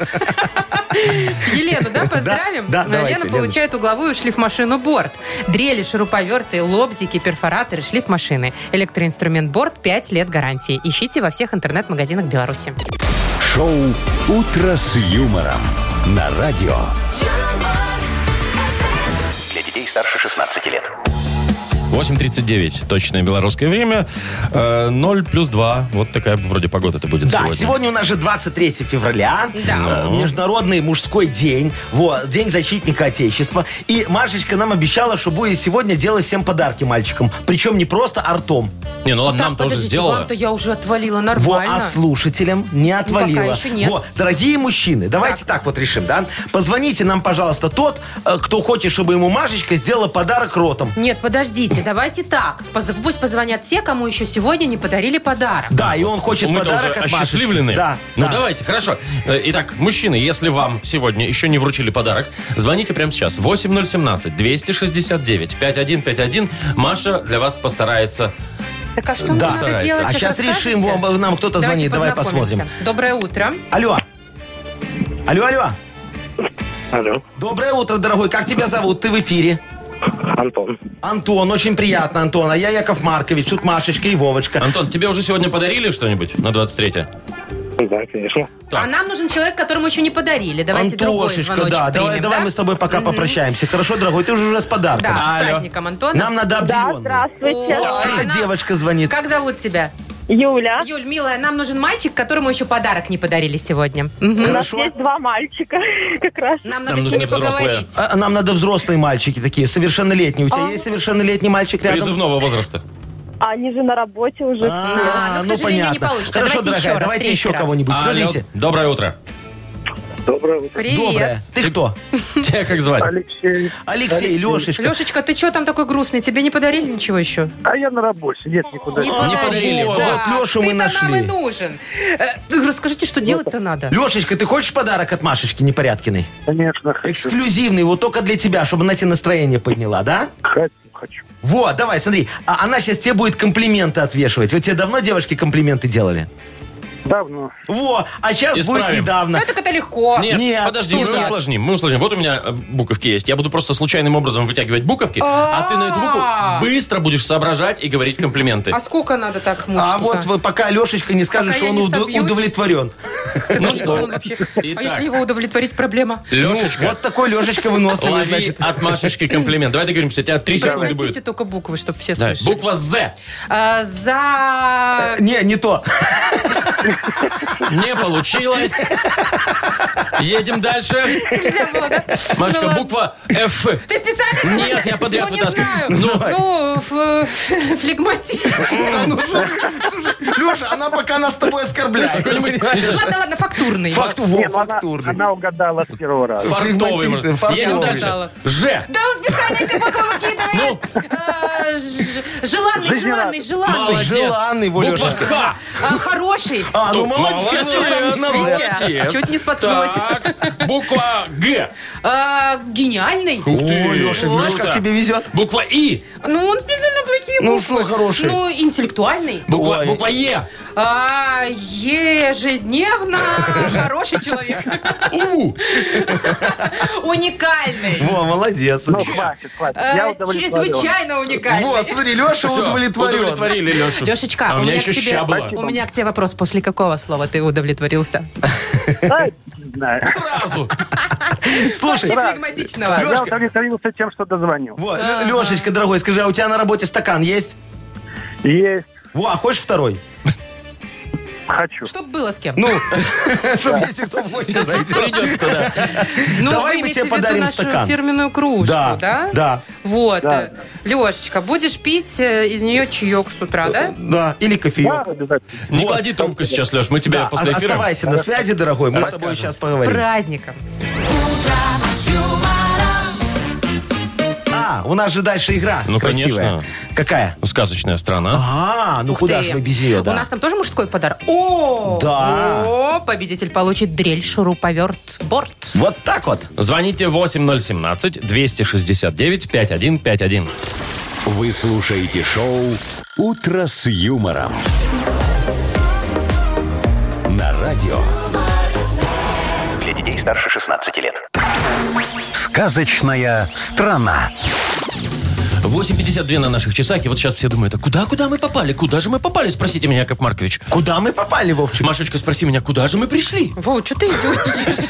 Елену, да, поздравим? Э,
Да, да, давайте,
Лена получает угловую шлифмашину «Борт». Дрели, шуруповерты, лобзики, перфораторы, шлифмашины. Электроинструмент «Борт» 5 лет гарантии. Ищите во всех интернет-магазинах Беларуси.
Шоу «Утро с юмором» на радио.
Для детей старше 16 лет.
8.39, точное белорусское время. Э, 0 плюс 2. Вот такая вроде погода это будет
Да,
сегодня.
сегодня у нас же 23 февраля,
Да.
э, международный мужской день, вот, день защитника Отечества. И Машечка нам обещала, что будет сегодня делать всем подарки мальчикам. Причем не просто артом,
Не, ну ладно, нам тоже
подождите,
сделала.
вам-то я уже отвалила
во,
нормально. Ну,
а слушателям не отвалила.
пока еще нет.
Во, дорогие мужчины, давайте так. вот решим, да? Позвоните нам, пожалуйста, тот, э, кто хочет, чтобы ему Машечка сделала подарок ротом.
Нет, подождите, давайте так. Поз- Пусть позвонят те, кому еще сегодня не подарили подарок.
Да, и он хочет
Мы-то уже
подарок от Машечки.
осчастливлены.
Да,
ну
да.
давайте, хорошо. Э, Итак, мужчины, если вам сегодня еще не вручили подарок, звоните прямо сейчас. 8017-269-5151. Маша для вас постарается.
Так а что мне
Да.
надо
Старается.
делать?
А сейчас
расскажете?
решим, вон, нам кто-то
Давайте
звонит, давай посмотрим.
познакомимся. Доброе утро.
Алло. Алло, алло.
Алло,
Доброе утро, дорогой. Как тебя зовут? Ты в эфире.
Антон.
Антон, очень приятно, Антон. А я Яков Маркович, тут Машечка и Вовочка.
Антон, тебе уже сегодня подарили что-нибудь на 23-е?
Да, конечно.
Так.
А нам нужен человек, которому еще не подарили. Давайте другой
Антошечка,
звоночек
да,
примем,
давай, давай
да?
мы с тобой пока попрощаемся. Хорошо, дорогой, ты уже, уже с подарком.
Да, с
Алло.
праздником, Антон.
Нам надо
Да,
обделенный.
здравствуйте.
А, это
Она-
девочка звонит.
Как зовут тебя?
Юля.
Юль, милая, нам нужен мальчик, которому еще подарок не подарили сегодня. Мгм.
У нас
Хорошо.
есть два мальчика *laughs* как раз.
Нам
Нам
надо с ними
нужны взрослые.
поговорить.
А, нам надо взрослые мальчики такие, совершеннолетние. У тебя есть совершеннолетний мальчик рядом?
Призывного возраста.
А Они же на работе уже.
А, ну, к сожалению, не получится.
Хорошо,
Давайте
дорогая,
еще раз,
давайте
третий
еще
раз.
кого-нибудь.
Алло,
Смотрите.
доброе утро. *laughs*
Доброе утро,
Привет.
Доброе. Ты кто?
Тебя как звать?
Алексей.
Алексей, Лешечка.
Лешечка, ты что там такой грустный? Тебе не подарили ничего еще?
А я на работе, нет, никуда.
Не
А,
подарили.
вот,
да.
вот Лешу мы
Ты-то нам
нашли.
и нужен. Э, Расскажите, что делать-то надо.
Лешечка, ты хочешь подарок от Машечки Непорядкиной?
Конечно, хочу.
Эксклюзивный, вот только для тебя, чтобы она тебе настроение подняла, да?
Хочу, хочу.
Вот, давай, смотри. А она сейчас тебе будет комплименты отвешивать. Вот тебе давно девушки комплименты делали?
Давно.
Во, а сейчас будет
Исправим.
Ну,
недавно.
это как-то легко.
Нет,
А, Нет,
подожди,
что
мы
так?
усложним, мы усложним. Вот у меня э, буковки есть. Я буду просто случайным образом вытягивать буковки, а ты на эту букву быстро будешь соображать и говорить комплименты.
А сколько надо так мучиться?
А вот вы пока Лешечка не скажет,
Пока
что
я
он
не
уд-
собьюсь.
удовлетворен.
Так
Ну
если
что?
он вообще- А
Итак.
если его удовлетворить проблема?
Ну,
Лешечка,
вот такой Лешечка выносливый,
лови
Ну, значит. *laughs*
от Машечки комплимент. Давай договоримся, у тебя три секунды
Произносите
будет.
только буквы, чтобы все
Да,
слышали.
Буква З.
А, за...
Не, не то.
Не получилось. Едем
*laughs*
дальше.
Нельзя было, да? Ну
Машка,
ладно.
буква F.
Ты специально?
Нет,
говоришь?
я подряд
Ну, не
вытаскиваю.
знаю.
Ну,
Ну, ф- флегматичный.
Да ну что ты? Слушай, Леша, она пока нас с тобой оскорбляет.
Какой-нибудь, не знаю,
Ладно, ладно, фактурный.
Факту, во, фактурный.
А, угадала с первого раза.
фартовый. может.
Флегматичный,
Едем
фартовый.
дальше. Ж.
Да он специально тебе буквы выкидывает.
Ну.
А, ж- Желанный, желанный, желанный.
Молодец.
Желанный, во,
Буква
Лешенька.
Х.
А, Хороший.
А,
Ну,
ну молодец.
молодец.
что там на-
Видите, Чуть А не споткнулась.
Так, буква Г.
А, Гениальный.
Ух ты.
О, Леша,
Круто.
видишь, как тебе везет?
Буква И.
Ну, он специально плохие
Ну
буквы.
что, хороший?
Ну, интеллектуальный.
Буква,
Ой.
буква Е.
А, ежедневно хороший человек.
У.
Уникальный.
Во, молодец.
Ну, хватит, хватит. Я
А,
удовлетворен.
Чрезвычайно
Вот,
уникальный.
смотри, Леша
Всё,
удовлетворен.
Удовлетворили Лешу.
Лешечка,
а
у
у меня
меня к
еще
тебе-
ща была.
У меня к тебе вопрос. После какого слова ты удовлетворился?
Да, не знаю.
Сразу.
Слушай,
После флегматичного.
Я
Лёшка.
удовлетворился тем, что дозвонил.
вот, Лё- Лешечка, дорогой, скажи, а у тебя на работе стакан есть?
Есть.
Во, а хочешь второй?
Хочу.
Чтоб было с кем.
Ну, *laughs* чтобы если кто в гости зайдет.
Придет туда.
*laughs*
Ну, вы
давай мы
имеете
тебе
в виду
подарим
нашу
стакан.
фирменную кружку,
Да,
да?
да.
Вот.
Да.
Лешечка, будешь пить э, из нее чаек с утра, да?
Да, или
Да,
кофеек.
обязательно.
Не
Вот.
клади трубку сейчас, Леш. Мы тебя
Да, а
после
о-
эфира...
оставайся на связи, дорогой, мы с тобой сейчас поговорим.
Праздником.
А, у нас же дальше игра
Ну,
красивая.
конечно.
Какая?
Сказочная страна.
А, ну
Ух
куда
ты.
же мы без ее,
У
да?
нас там тоже мужской подарок. О!
Да.
О, победитель получит дрель, шуруповерт, борт.
Вот так вот.
Звоните 8017-269-5151.
Вы слушаете шоу «Утро с юмором». На радио
Для детей старше 16 лет.
«Сказочная страна».
8.52 на наших часах. И вот сейчас все думают, а куда-куда мы попали? Куда же мы попали? Спросите меня, Яков Маркович.
Куда мы попали, Вовчик?
Машечка, спроси меня, куда же мы пришли?
Во, что ты идиотишь?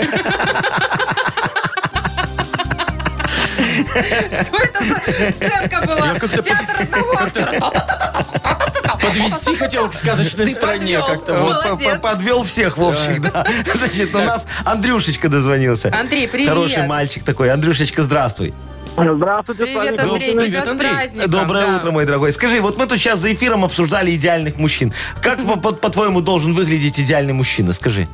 Что это за сценка была?
как-то
Театр одного актера.
Подвести хотел к сказочной
Ты
стране
подвел.
как-то.
Вот.
Вот.
П- п-
Молодец.
Подвел всех, Вовчик, да. *laughs* Значит, у нас Андрюшечка дозвонился.
Андрей, привет.
Хороший мальчик такой. Андрюшечка, здравствуй.
Здравствуйте, с
Привет,
вами
Андрей,
Привет,
тебя с
Андрей.
праздником.
Доброе
да.
утро, мой дорогой. Скажи, вот мы тут сейчас за эфиром обсуждали идеальных мужчин. Как, по- по- по-твоему, должен выглядеть идеальный мужчина? Скажи.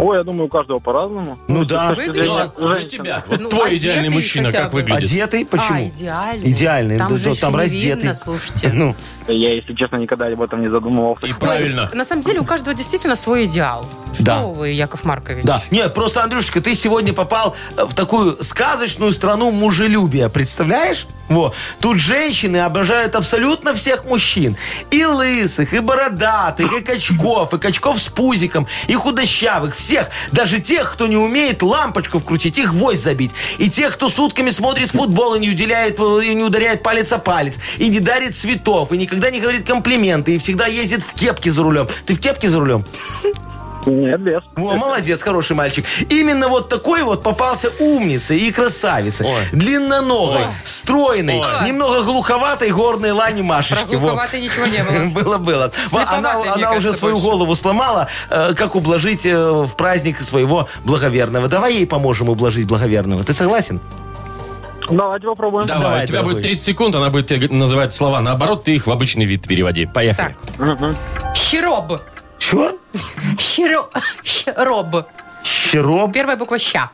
Ой, я думаю, у каждого по-разному.
Ну да.
С точки
Выглядит.
зрения
Ну, а для
женщины.
тебя. Вот
Ну,
твой
одетый
идеальный мужчина
хотя
как
бы.
выглядит?
Одетый?
А,
Почему?
идеальный.
Идеальный, да,
Там же
да,
еще
там
не
раздетый.
видно, слушайте.
Ну,
Я, если честно, никогда об этом не задумывался.
И правильно.
Ой, На самом деле у каждого действительно свой идеал. Что
Да.
вы, Яков Маркович?
да. Не, просто, Андрюшечка, ты сегодня попал э, в такую сказочную страну мужелюбия. Представляешь? Во. Тут женщины обожают абсолютно всех мужчин. И лысых, и бородатых, и качков, и качков с пузиком, и худощавых. Всех. Даже тех, кто не умеет лампочку вкрутить и гвоздь забить. И тех, кто сутками смотрит футбол и не, уделяет, э, и не ударяет палец о палец. И не дарит цветов, и никогда не говорит комплименты, и всегда ездит в кепке за рулем. Ты в кепке за рулем?
Нет, без.
Во, молодец, хороший мальчик. Именно вот такой вот попался умницей и красавицей.
Ой.
Длинноногой,
Ой.
стройной,
Ой.
немного глуховатой горной лани
Про
Машечки. Во. *laughs*
глуховатый ничего не было.
Было-было. Во, Она,
Слеповатой, мне
она уже
кажется,
свою
больше.
голову сломала, э, как ублажить э, в праздник своего благоверного. Давай ей поможем ублажить благоверного. Ты согласен?
Давайте попробуем.
Давай,
Давай,
у тебя
дорогой.
будет 30 секунд, она будет тебе называть слова наоборот, ты их в обычный вид переводи. Поехали.
Так. Щероб.
Чё?
Щеро- Щероб.
Щероб?
Первая буква «ща».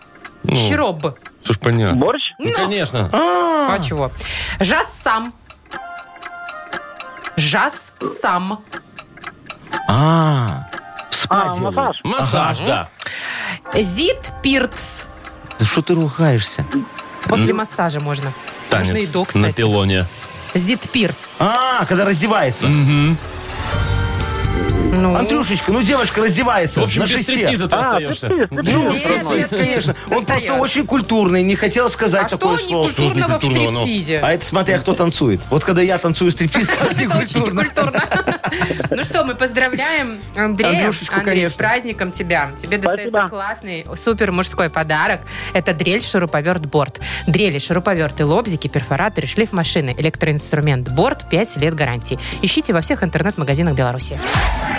Ну.
Щероб.
Что ж понятно.
Борщ?
Ну, конечно.
А чего? Жас сам. Жас сам.
А, в спа
А,
делают.
массаж.
Массаж, да.
Зит пиртс.
Да что ты ругаешься?
После массажа можно. Можно и
Танец
до, кстати.
на пилоне.
Зит пирс.
А, когда раздевается.
Ну,
Андрюшечка, ну девочка раздевается
В общем,
на
без
шесте.
стриптиза ты
А, ты
остаешься.
ты,
ну,
ты.
Нет, нет,
Стриптиз,
нет,
конечно. Он
достает.
ну, просто очень культурный, не хотел сказать
А что
такое слово.
некультурного в
Что ж некультурного, ну?
стриптизе?
А это смотря кто танцует. Вот когда я танцую стриптиз, там не
*laughs* Это очень
культурно.
некультурно. Ну что, мы поздравляем Андрея.
Андрюшечку,
Андрей, с
конечно.
праздником тебя. Тебе достается
Спасибо.
классный, супер мужской подарок. Это дрель, шуруповерт, борт. Дрели, шуруповерты, лобзики, перфораторы, шлиф машины, электроинструмент, борт, 5 лет гарантии. Ищите во всех интернет-магазинах Беларуси.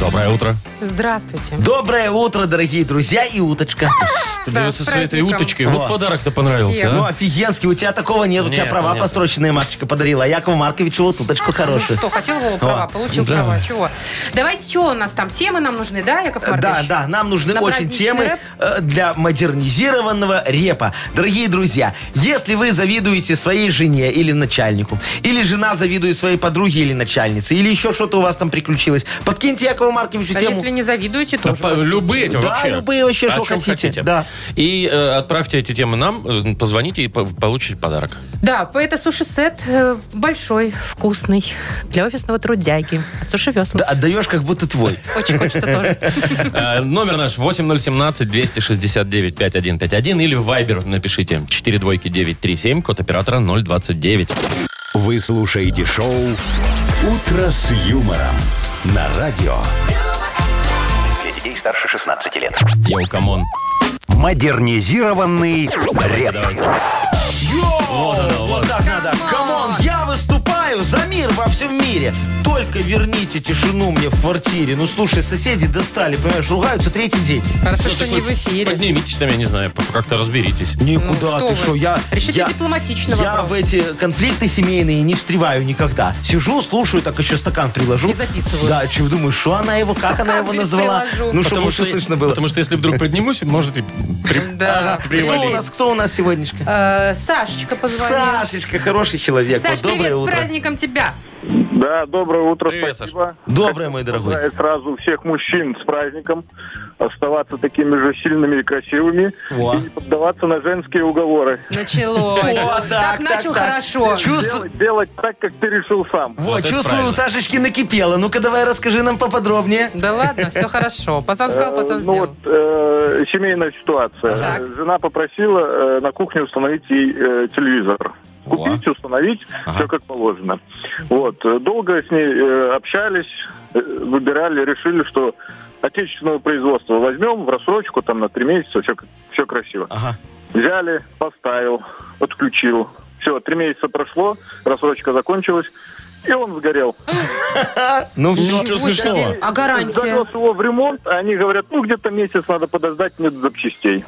Доброе утро.
Здравствуйте.
Доброе утро, дорогие друзья и уточка.
Да,
с
со своей этой
праздником.
уточкой.
О.
Вот подарок-то понравился,
Ну,
а?
офигенский, у тебя такого нет, у тебя
Нет,
права
нет.
простроченные Машечка подарила, а Якову Марковичу вот уточку
Ну
хорошую.
что, хотел его права, получил
да.
права. Чего? Давайте, чего у нас там? Темы нам нужны, да, Яков Маркович?
Да, да, нам нужны
На
очень
праздничный
темы
рэп?
э, для модернизированного репа. Дорогие друзья, если вы завидуете своей жене или начальнику, или жена завидует своей подруге или начальнице, или еще что-то у вас там приключилось, подкиньте Якову Марковичу
А
тему.
если не завидуете,
Да
тоже.
по- Любые эти
Да,
вообще.
любые вообще,
О
что
чем
хотите, да.
И э, отправьте эти темы нам, э, позвоните и по- получите
*laughs*
подарок.
Да, это суши-сет э, большой, вкусный, для офисного трудяги от суши весла.
Да, отдаешь как будто твой.
Очень хочется
*laughs*
тоже.
Э, Номер наш 8017-269-5151 или в Viber напишите 42937, код оператора 029.
Вы слушаете шоу «Утро с юмором» на радио
Для детей старше 16 лет.
Йоу, камон.
«Модернизированный реп».
Давайте.
Вот, так надо. Камон, я выступаю за мир во всем мире. Только верните тишину мне в квартире. Ну слушай, соседи достали, понимаешь, ругаются третий день.
Хорошо, что не в эфире.
Поднимитесь там, я не знаю, по- как-то разберитесь.
Ну,
Никуда ты
вы.
что, я...
Решите
я-
дипломатично
Я
вопрос.
в эти конфликты семейные не встреваю никогда. Сижу, слушаю, так еще стакан приложу.
И записываю.
Да, чего думаешь, что она его, как
Стакан
она его
при-
назвала?
приложу.
Ну, чтобы лучше слышно было.
Потому что если вдруг поднимусь, может и при-
*laughs*
Да.
Кто у
привалить.
нас, кто у нас сегодняшка?
Э, Сашечка позвонил.
Сашечка, хороший человек.
Саш,
Вот, доброе
привет, с
утро.
праздником тебя.
Да, доброе утро,
Привет,
спасибо.
Доброе, мой дорогой.
Поздравляю сразу всех мужчин с праздником. Оставаться такими же сильными и красивыми.
Во.
И не поддаваться на женские уговоры.
Началось.
О,
Так начал хорошо.
Чувствую,
Делать, делать так, как ты решил сам.
Вот,
это
чувствую,
правильно.
у Сашечки накипело. Ну-ка, давай расскажи нам поподробнее.
Да ладно, все хорошо. Пацан сказал,
Э,
пацан
ну
сделал.
вот, э, семейная ситуация.
Так.
Э, Жена попросила э, на кухне установить ей э, телевизор. Купить, установить, все как положено. Вот. э, Долго с ней э, общались, э, выбирали, решили, что отечественного производства возьмем в рассрочку, там на три месяца, все, все красиво.
Ага.
Взяли, поставил, отключил. Все, три месяца прошло, рассрочка закончилась, и он сгорел.
Ну все.
Ничего
Ничего себе.
смешного.
А гарантия?
Завез его в ремонт, а они говорят, ну где-то месяц надо подождать, нет запчастей.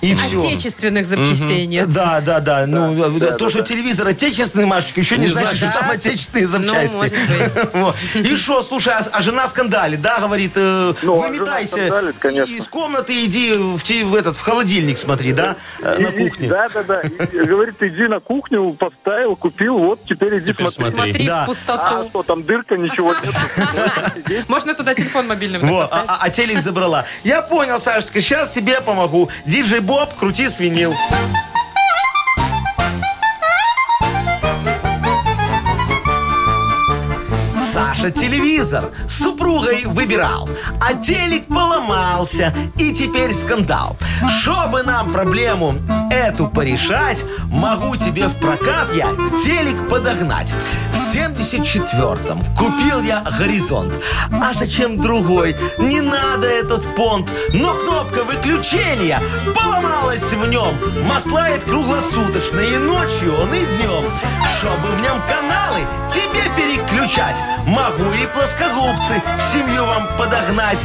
И все.
Отечественных запчастей нет.
Да, да, да. Ну, э,
да,
то,
да,
что
да.
телевизор отечественный, Машечка, еще не,
Не
значит,
значит.
что там отечественные запчасти.
Ну, может быть.
*laughs* Вот. И что, слушай, а, а жена скандалит, да, говорит, э,
Ну, а
выметайся
жена скандалит, конечно.
из комнаты, иди в, те- в этот, в холодильник смотри, да, э, на кухне.
Да, да, да. Говорит, иди на кухню, поставил, купил, вот теперь иди
Теперь
смотри.
смотри.
Смотри
Да.
в
А
пустоту.
что, там дырка, ничего нет.
Можно туда телефон мобильный вот так
Вот, а,
поставить?
а- а телек забрала. Я понял, Сашечка, сейчас тебе помогу. Диджей Боб, крути свинил. Саша телевизор с супругой выбирал, а телек поломался, и теперь скандал. Чтобы нам проблему эту порешать, могу тебе в прокат я телек подогнать. В 74-м купил я «Горизонт». А зачем другой? Не надо этот понт. Но кнопка выключения поломалась в нем. Маслает круглосуточно и ночью, он и днем. Чтобы в нем каналы тебе переключать, могу и плоскогубцы в семью вам подогнать.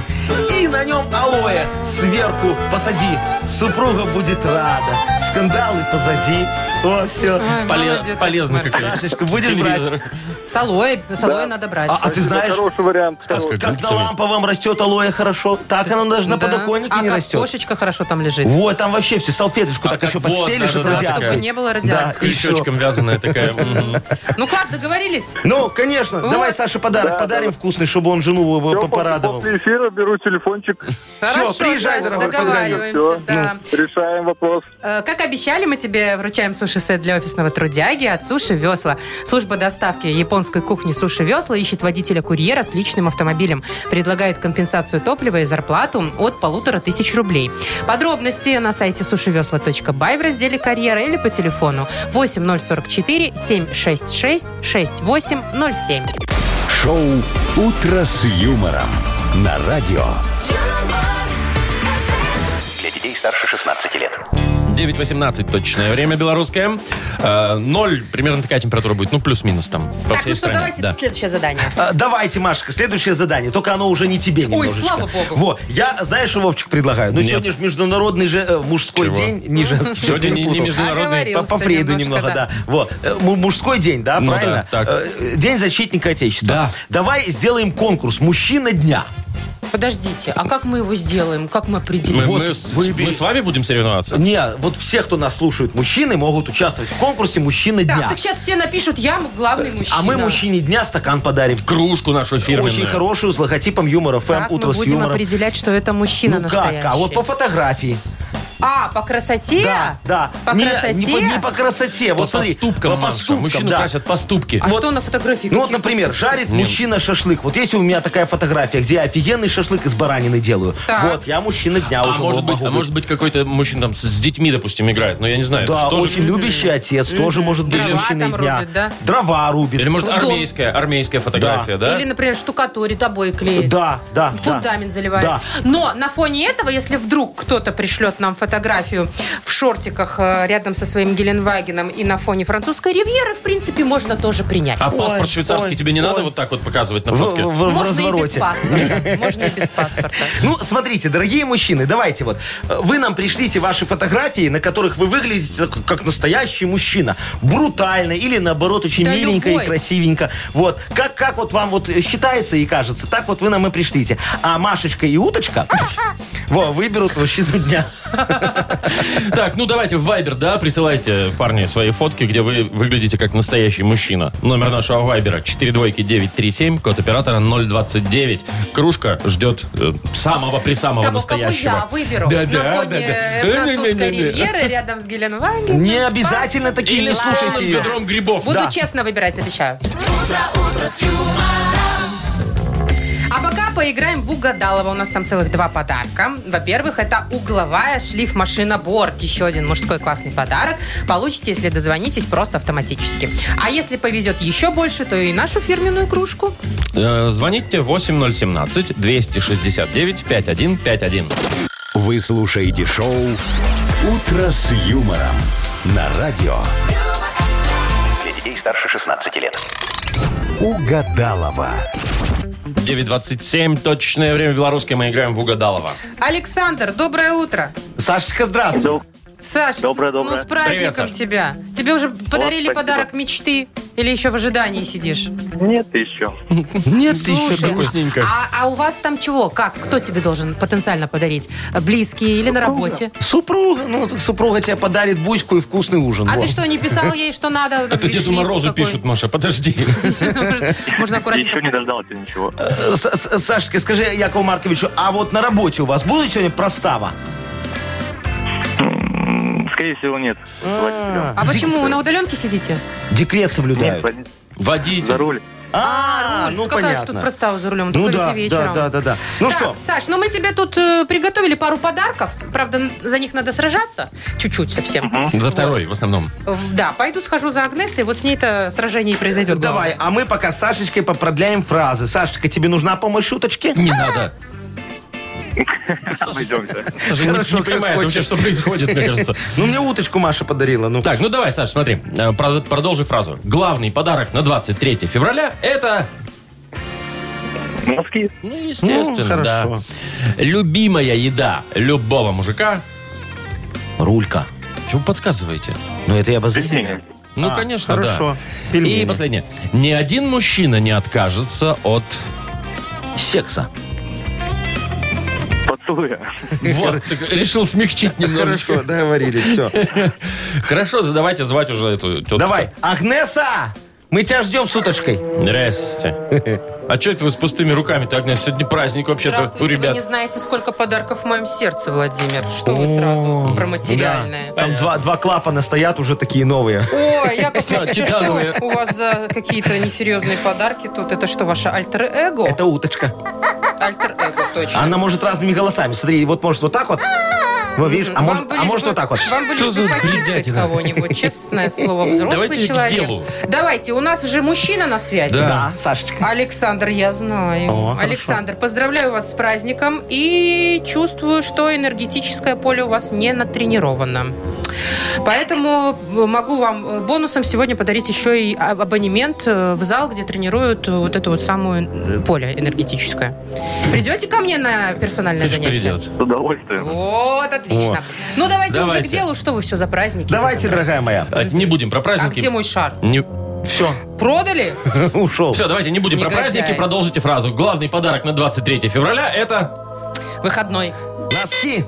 И на нем алоэ сверху посади. Супруга будет рада. Скандалы позади. О, все.
Ой,
Поле-
молодец,
Полезно,
Яков
как
Маркович.
Сашечка, будешь брать?
телевизор.
С алоэ, с алоэ надо брать.
А, а ты знаешь,
Хороший вариант.
Сказка.
хороший.
как на
Голубцами.
ламповом растет алоэ хорошо, так оно даже на
Да.
подоконнике
а
не
как
растет.
кошечка хорошо там лежит.
Вот, там вообще все, салфеточку
А
так
как
еще
вот,
подстелишь,
да-да-да,
от радиации.
Чтобы не было радиации.
Да, и всё.
Крючочком вязаная такая. мгм.
Ну класс, договорились?
Ну, конечно,
Вот.
давай Саше подарок
Да,
подарим вкусный, чтобы он жену э,
Всё, после-
порадовал.
После эфира беру телефончик,
Хорошо,
приезжай,
Саш,
дорогой, Ну.
позвоню.
договариваемся.
Всё. ну,
Да.
решаем вопрос.
Э, Как обещали, мы тебе вручаем суши-сет для офисного трудяги от Суши Весла. Служба доставки японской кухни Суши Весла ищет водителя-курьера с личным автомобилем. Предлагает компенсацию топлива и зарплату от полутора тысяч рублей. Подробности на сайте сушивесла.бай в разделе «Карьера» или по телефону 8044 766 6807.
Шоу «Утро с юмором» на радио.
Для детей старше 16 лет.
9.18 точное время белорусское. Э, Ноль, примерно такая температура будет. Ну, плюс-минус там по
Так,
всей
ну что,
стране.
давайте
Да.
следующее задание.
А, Давайте, Машка, следующее задание. Только оно уже не тебе немножечко.
слава богу.
Во, я, знаешь, что, Вовчик, предлагаю? Ну, сегодня же международный же э, мужской
Чего?
день, не женский.
Сегодня не- не
перепутал.
между- Международный.
Оговорился
По, по Фрейду немного, да. Вот. Э, му- Мужской день, да,
Ну да,
правильно?
так.
Э, День защитника Отечества.
Да.
Давай сделаем конкурс «Мужчина дня».
Подождите, а как мы его сделаем? Как мы определим?
Мы,
Вот,
мы с-
выбери.
мы с вами будем соревноваться?
Не, вот все, кто нас слушают, мужчины, могут участвовать в конкурсе «Мужчина
Так,
дня».
так сейчас все напишут, я главный мужчина.
А мы мужчине дня стакан подарим.
Кружку нашу фирменную.
Очень хорошую, с логотипом юмора. ФМ
Как
«Утро
мы
с
будем
юмором».
определять, что это мужчина
Ну
настоящий?
как? А вот по фотографии.
А, по красоте?
Да, да.
По
не,
красоте?
Не, по, не по красоте.
По
вот смотри,
поступкам,
по
Маша.
поступкам,
Мужчину
да.
красят поступки.
А что на фотографии?
Ну вот,
Какие
например, жарит мужчина шашлык. Вот есть у меня такая фотография, где я офигенный шашлык из баранины делаю.
Так.
Вот, я мужчина дня
А
уже.
может,
вот
быть, а
могу
может быть, какой-то мужчина там с, с детьми, допустим, играет. Но я не знаю.
Да,
это же тоже-
очень любящий отец тоже может быть
Дрова
мужчиной
там
дня.
рубит, да?
Дрова рубит.
Или, может,
Дом.
армейская, армейская фотография, да?
Или, например, штукатурит, обои клеит.
Да, да. да.
Фундамент заливает.
Да.
Но на фоне этого, если вдруг кто-то пришлет нам фотографию в шортиках э, рядом со своим Геленвагеном и на фоне французской ривьеры, в принципе, можно тоже принять.
А
Ой,
паспорт швейцарский
ой,
тебе не надо
ой.
вот так вот показывать на
В,
фотке?
в- в
Можно и без
*laughs*
развороте.
паспорта. Можно и без паспорта.
Ну, смотрите, дорогие мужчины, давайте вот. э, Вы нам пришлите ваши фотографии, на которых вы выглядите как- как настоящий мужчина. Брутально или, наоборот, очень
Да
миленько
любой.
и красивенько. Вот. Как, как вот вам вот считается и кажется, так вот вы нам и пришлите. А Машечка
*laughs*
и Уточка во, выберут мужчину дня.
Так, ну давайте в Вайбер, да, присылайте, парни, свои фотки, где вы выглядите как настоящий мужчина. Номер нашего Вайбера 42937, код оператора 029. Кружка ждет э, самого при самого
Того, кого
настоящего.
я выберу
Да,
на
да,
фоне
да, да.
э, французской
Не-не-не-не.
ривьеры рядом с Геленвагеном.
Не
с
обязательно такие,
Или
не
с полным
слушайте ее.
ведром грибов.
Буду
Да.
честно выбирать, обещаю. А пока поиграем в угадалово. У нас там целых два подарка. Во-первых, это угловая шлиф-машина Борг. Еще один мужской классный подарок. Получите, если дозвонитесь, просто автоматически. А если повезет еще больше, то и нашу фирменную кружку.
Э, звоните 8017 269 5151.
Вы слушаете шоу «Утро с юмором» на радио.
Для детей старше 16 лет.
Угадалова.
9.27, точное время белорусское, мы играем в Угадалова.
Александр, доброе утро.
Сашечка, здравствуй.
Саш,
Доброе,
ну
доброе.
с праздником
Привет, Саш.
тебя. Тебе уже подарили
спасибо.
подарок мечты? Или еще в ожидании сидишь?
Нет еще.
Нет,
Слушай,
вкусненько.
а, а у вас там чего? Как? Кто тебе должен потенциально подарить? Близкие или на работе?
Супруга, ну, так супруга тебе подарит буську и вкусный ужин.
А
Во. А
ты что, не писал ей, что надо?
Это Деду Морозу пишут, Маша, подожди.
*laughs* Можно аккуратно.
Еще не дождался ничего.
Э, С- С- Сашечка, скажи Якову Марковичу, а вот на работе у вас будет сегодня простава?
М, Скорее всего, нет. Давайте берем.
А почему? Вы на удаленке сидите?
Декрет соблюдают.
Нет, они
Водитель.
за руль.
А,
руль.
ну
Какая ж
понятно.
тут простава за рулем?
Ну
Только
да,
лисе
да,
вечером.
да, да, да. Ну
Так,
что,
Саш, ну мы тебе тут э, приготовили пару подарков. Правда, н- за них надо сражаться. Чуть-чуть совсем.
За второй, в основном.
Э, Да, пойду схожу за Агнесой, вот с ней-то сражение и произойдет.
давай, а мы пока с Сашечкой попродляем фразы. Сашечка, тебе нужна помощь шуточки?
Не надо.
Пойдемте.
Саша не- не понимает вообще, что происходит, мне кажется.
Ну, мне уточку Маша подарила. Ну,
Так, ну давай, Саш, смотри. Э, про- Продолжи фразу. Главный подарок на 23 февраля – это...
Носки.
Ну,
Ну,
естественно, да.
хорошо.
Любимая еда любого мужика.
Рулька.
Чего вы подсказываете?
Ну, это я бы за
Пельмени.
Ну,
А,
конечно,
хорошо.
да.
Пельмени.
И последнее. Ни один мужчина не откажется
*laughs*
от...
Секса.
Поцелуя.
Вот, так решил смягчить немножечко.
Хорошо,
*laughs*
договорились, все.
Хорошо, задавайте звать уже эту тетку.
Давай, Агнеса, мы тебя ждем с уточкой.
Здрасте. А что это вы с пустыми руками-то, Агнес? Сегодня праздник вообще-то у
Здравствуйте, вы
ребят.
не знаете, сколько подарков в моем сердце, Владимир. Что вы сразу про материальное?
Там два, два клапана стоят уже такие новые.
Ой, Яков
Да,
Маркович, а
титановые.
что у вас за какие-то несерьезные подарки тут? Это что, ваше альтер-эго?
Это А, уточка.
Альтер-эго, точно.
Она может разными голосами. Смотри, вот может вот так вот. Вот видишь, а
Вам
может,
бы
а
лишь
может
бы-
вот так вот.
Вам бы
Что
лишь
за
бы потискать
бредятина?
кого-нибудь, честное слово, взрослый
Давайте к
человек.
делу.
Давайте, у нас же мужчина на связи.
Да.
Да, Сашечка.
Александр, я знаю.
О, хорошо.
Александр, поздравляю вас с праздником и чувствую, что энергетическое поле у вас не натренировано. Поэтому могу вам э, бонусом сегодня подарить еще и а- абонемент э, в зал, где тренируют э, вот это вот самое э, поле энергетическое. Придете ко мне на персональное
Пусть
занятие?
придет.
С удовольствием.
Вот, отлично.
О.
Ну, давайте, уже
Давайте.
к делу, что вы все за праздники.
Давайте,
Александр?
дорогая моя.
А, Не будем про
А
праздники.
где мой шар?
Все.
Продали?
*laughs* Ушел.
Все, давайте не будем про
Негодяй.
праздники, продолжите фразу. Главный подарок на 23 февраля это...
Выходной.
Носки.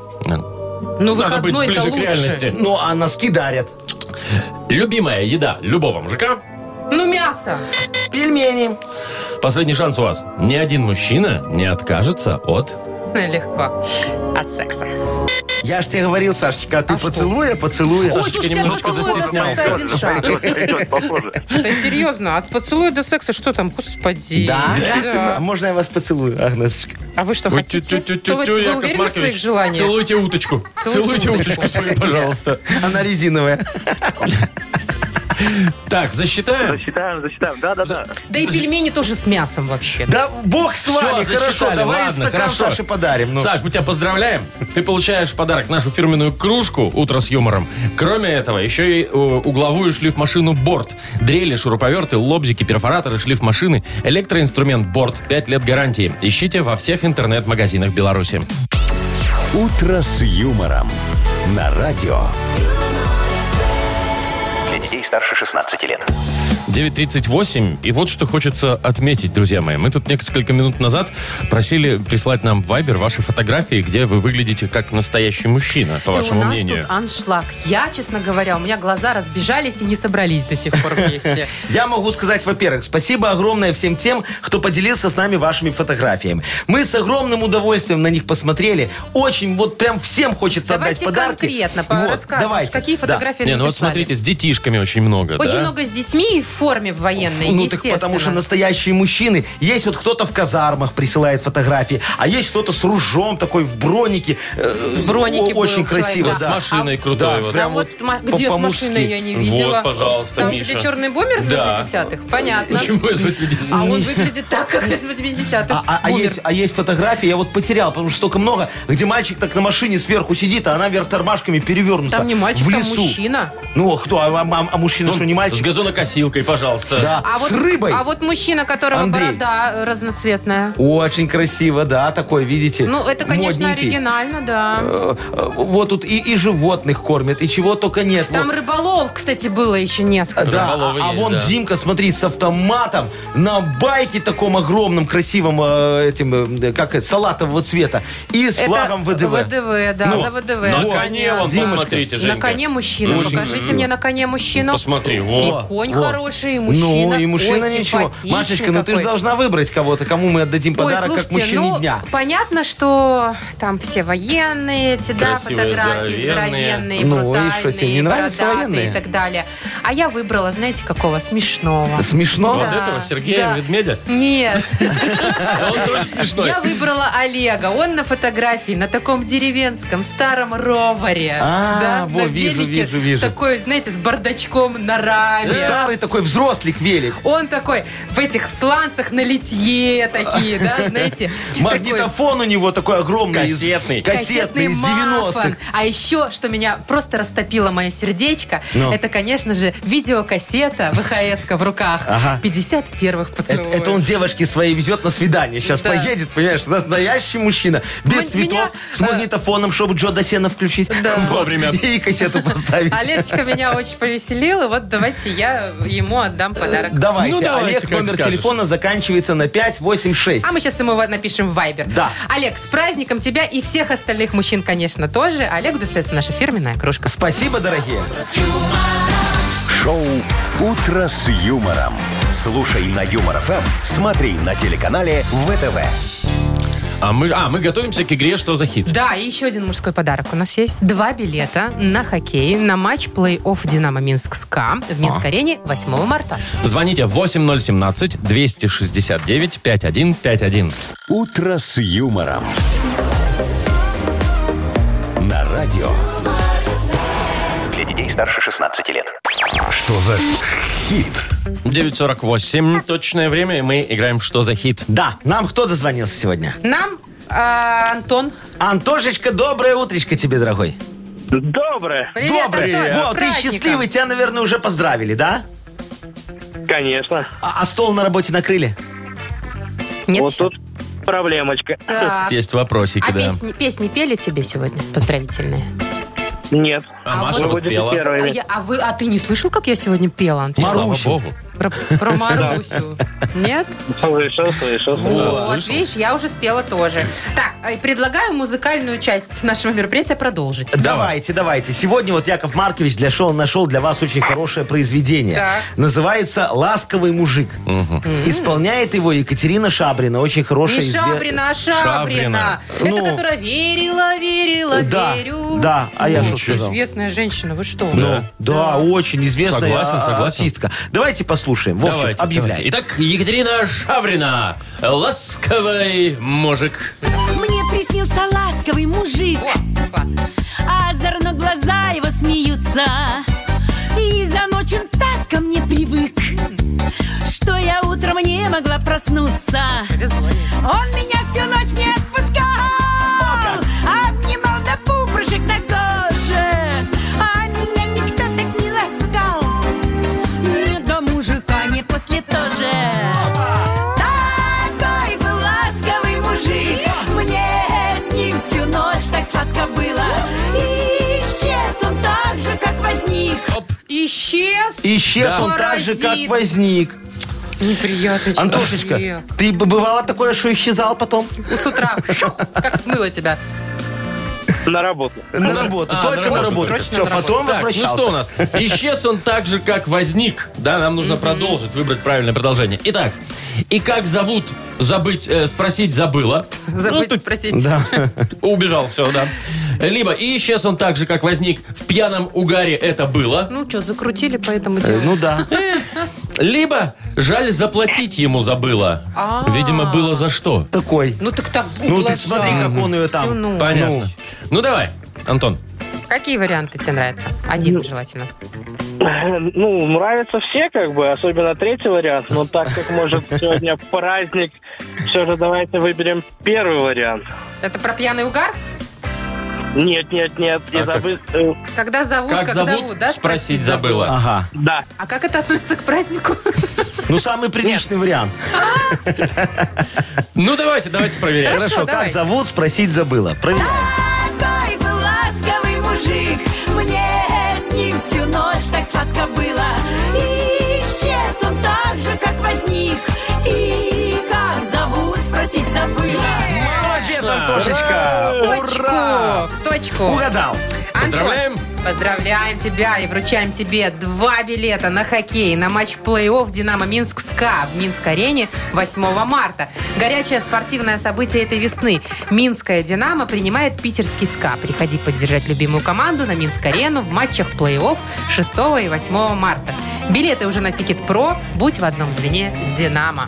Ну,
Надо быть
выходной-то
ближе к
лучше.
реальности.
Ну, а носки дарят.
Любимая еда любого мужика.
Ну, мясо.
Пельмени.
Последний шанс у вас. Ни один мужчина не откажется от...
Ну, Легко. От секса.
Я же тебе говорил, Сашечка, а ты
А что?
поцелуя, поцелуя.
Сашечка,
слушайте, от
немножечко
поцелуя до секса
застеснялся.
один шаг.
Идет попозже.
Да серьезно, от поцелуя до секса что там, господи.
Да?
Да.
А можно я вас поцелую, Агнесочка?
А вы что,
Ой,
хотите?
тю-тю-тю-тю-тю,
Кто вы, вы
Яков
уверены в
Маркович,
своих желаниях?
Целуйте уточку.
Целуйте
Целуйте уточку свою, пожалуйста.
Она резиновая.
Так, засчитаем.
Засчитаем, засчитаем. Да-да-да.
Да и пельмени тоже с мясом вообще.
Да бог с вами,
засчитали,
хорошо, давай
ладно,
стакан
хорошо.
Саше подарим. ну.
Саш, мы тебя поздравляем. Ты получаешь в подарок нашу фирменную кружку «Утро с юмором». Кроме этого, еще и э, угловую шлифмашину «Борт». Дрели, шуруповерты, лобзики, перфораторы, шлифмашины, электроинструмент «Борт». 5 лет гарантии. Ищите во всех интернет-магазинах Беларуси.
«Утро с юмором» на радио.
Для детей старше 16 лет.
9.38. И вот что хочется отметить, друзья мои. Мы тут несколько минут назад просили прислать нам в Viber ваши фотографии, где вы выглядите как настоящий мужчина, по
И
вашему
Ну, у нас
мнению.
тут аншлаг. Я, честно говоря, у меня глаза разбежались и не собрались до сих пор вместе.
Я могу сказать, во-первых, спасибо огромное всем тем, кто поделился с нами вашими фотографиями. Мы с огромным удовольствием на них посмотрели. Очень, вот прям всем хочется
Давайте
отдать подарки.
конкретно
Вот,
порасскажем,
давайте.
какие
Да.
фотографии
Не, ну вот
написали.
смотрите, с детишками очень много,
Очень
да?
много с детьми и в форме в военной,
Ну, так
естественно.
потому что настоящие мужчины. Есть вот кто-то в казармах присылает фотографии, а есть кто-то с ружом такой в бронике. э,
В бронике
о- Очень
был
красиво,
человек,
С
да.
машиной крутой
Да,
вот.
А
прям
вот
вот
ма- где с
по-мужски.
машиной я не видела.
Вот, пожалуйста,
Там,
Миша.
где черный бомбер с
Да.
80-х, понятно.
Почему из 80
А он выглядит так, как из 80-х.
А, а- а
бумер.
есть, а есть фотографии, я вот потерял, потому что столько много, где мальчик так на машине сверху сидит, а она вверх тормашками перевернута.
Там не мальчик,
а, в
там
лесу.
мужчина.
Ну, а кто? А, а- а мужчина что, не
Ну, С
мальчик?
газонокосилкой, пожалуйста.
Да,
А
с
вот,
рыбой.
А вот мужчина, которого
Андрей.
борода э, разноцветная.
Очень красиво, да, такой, видите.
Ну, это, конечно,
модненький.
оригинально, да.
Э, э, Вот тут и, и животных кормят, и чего только нет.
Там
вот.
рыболов, кстати, было еще несколько.
Да, а,
рыболовы
а
есть,
вон
да.
Димка, смотри, с автоматом на байке таком огромном, красивом, э, этим, э, как это, салатового цвета, и с
Это
флагом ВДВ.
ВДВ, да, за ВДВ.
Ну, На
понятно.
коне вон,
Димочка,
посмотрите, Женька.
На коне мужчина.
Очень
Покажите
красиво.
мне на коне мужчину.
Посмотри,
И
вот.
конь
вот.
хороший, и мужчина.
Ну, и мужчина
Ой,
ничего.
симпатичный
Машечка, ну ты же
какой.
должна выбрать кого-то, кому мы отдадим
Ой,
подарок как
слушайте,
мужчине
ну,
дня.
понятно, что там все военные, эти, да,
Красивые,
фотографии
здоровенные.
здоровенные,
Ну, и
брутальные,
что, тебе не нравятся
бородатые
военные?
и так далее. А я выбрала, знаете, какого? Смешного.
Смешно?
Вот
Да,
этого Сергея
да.
Ведмедя?
*laughs*
Нет,
Он тоже смешной.
я выбрала Олега. Он на фотографии на таком деревенском старом роваре.
А,
Да,
во,
на
вижу,
велике.
вижу, вижу.
Такой, знаете, с бардачком на раме.
Старый такой взрослик велик.
Он такой в этих сланцах на литье такие,
*laughs*
да, знаете. такой-
Магнитофон у него такой огромный. из-
Кассетный.
Кассетный, из 90-х.
мафон. А еще, что меня просто растопило мое сердечко,
Ну.
это, конечно же, видеокассета ВХС в руках.
Ага.
50 первых
Это,
поцелуев.
это он девушке своей везет на свидание. Сейчас
Да.
поедет, понимаешь, настоящий мужчина. Без
М-
цветов,
меня,
с
э,
магнитофоном, чтобы Джо Досена включить.
Да.
Вовремя.
И кассету поставить.
Олежечка меня очень повеселила, вот давайте я ему отдам подарок.
Давайте.
Ну, давайте,
Олег,
как
номер
скажешь.
телефона заканчивается на 586.
А мы сейчас ему напишем в Вайбер.
Да.
Олег, с праздником тебя и всех остальных мужчин, конечно, тоже. Олегу достается наша фирменная кружка.
Спасибо, дорогие.
Шоу «Утро с юмором». Слушай на Юмор ФМ, смотри на телеканале ВТВ.
А мы, а, мы готовимся к игре «Что за хит?»
Да, и еще один мужской подарок у нас есть. Два билета на хоккей на матч плей-офф «Динамо Минск-СКА» в Минск-арене 8 марта.
Звоните 8017-269-5151.
«Утро с юмором». На радио
старше 16 лет.
Что за хит?
9.48. Точное время, и мы играем «Что за хит?».
Да, нам кто дозвонился сегодня?
Нам а, Антон.
Антошечка, доброе утречко тебе, дорогой.
Доброе,
Привет,
доброе.
Антон. с
Во, ты
праздником.
счастливый, тебя, наверное, уже поздравили, да?
конечно.
А, а стол на работе накрыли?
Нет,
вот
еще?
тут проблемочка.
Так.
Есть вопросики,
А
да.
песни, песни пели тебе сегодня поздравительные?
Нет.
А
А
Маша
Вы
вот-
вот
будете
пела. И
А,
первыми.
я- а вы, а ты не слышал, как я сегодня пела, Антон?
слава
Марусю.
богу.
Про,
*laughs*
про Марусю. Нет?
Слышал, слышал.
Да,
Вот,
слышал.
видишь, я уже спела тоже. Так, э, предлагаю музыкальную часть нашего мероприятия продолжить.
Давайте, давайте. Сегодня вот Яков Маркович для шоу нашел для вас очень хорошее произведение.
Так.
Называется «Ласковый мужик». Исполняет его Екатерина Шабрина. Очень хорошая
Не
изве-
Шабрина, а Шабрина.
Шаврина.
Ну,
Это которая верила, верила,
да,
верю.
да, а я
Вот,
же сказал.
Известная женщина, вы что?
Ну, да, очень известная
Согласен,
а- а-
согласен.
артистка. Давайте послушаем. Вовчик,
Давайте,
объявляй.
давайте. Итак, Екатерина Шаврина. Ласковый мужик.
Мне приснился ласковый мужик,
О, класс.
а озорно глаза его смеются. И за ночь он так ко мне привык, что я утром не могла проснуться.
Повезло ей.
Он меня всю ночь не отпускал Обнимал до пупрышек на коже А меня никто так не ласкал Ни до мужика, ни после тоже Такой был ласковый мужик Мне с ним всю ночь так сладко было И исчез он так же, как возник
Исчез.
Исчез
Да.
он так же, как
Паразит.
возник.
Неприятный человек.
Антошечка, ты бы бывало такое, что исчезал потом?
ну, С утра. Шух, Как смыло тебя.
На работу.
На работу,
а,
только
на
на
работу.
работу.
Срочно
Все,
на работу.
потом
Так, ну
возвращался.
что у нас? Исчез он так же, как возник. Да, нам нужно продолжить, выбрать правильное продолжение. Итак, и как зовут, забыть, э, спросить забыла.
Забыть
Ну, ты
спросить.
*laughs* Убежал, все, да. Либо и исчез он так же, как возник. В пьяном угаре это было.
Ну что, закрутили по этому
Э,
делу?
Ну да.
Либо жаль заплатить ему забыла.
А.
Видимо, было за что.
Такой.
Ну так так
Ну ты
углашал.
смотри, как он ее
Всю
там. Ну,
ночь.
ну, Понятно. Ну давай, Антон.
Какие варианты тебе нравятся? Один желательно.
Ну, нравятся все, как бы, особенно третий вариант. Но так как, может, сегодня праздник, все же давайте выберем первый вариант.
Это про пьяный угар?
Нет, нет, нет.
А
Не
как?
забыть. э,
Когда зовут,
Как,
как,
зовут,
да?
спросить забыла.
Ага.
Да.
А как это относится к празднику? *laughs*
Ну самый приличный вариант.
Ну давайте, давайте проверяем.
Хорошо,
Хорошо,
давай.
как зовут, спросить забыла. Проверяем.
Такой был ласковый мужик, мне с ним всю ночь так сладко было. И исчез он так же, как возник, и как зовут, спросить забыла.
Молодец, Антошечка. Ура!
В точку.
Угадал.
Антон,
Поздравляем.
Поздравляем тебя и вручаем тебе два билета на хоккей на матч плей-офф «Динамо Минск СКА» в Минск-арене 8 марта. Горячее спортивное событие этой весны. Минская «Динамо» принимает питерский СКА. Приходи поддержать любимую команду на Минск-арену в матчах плей-офф 6 и 8 марта. Билеты уже на Тикет Про. Будь в одном звене с «Динамо».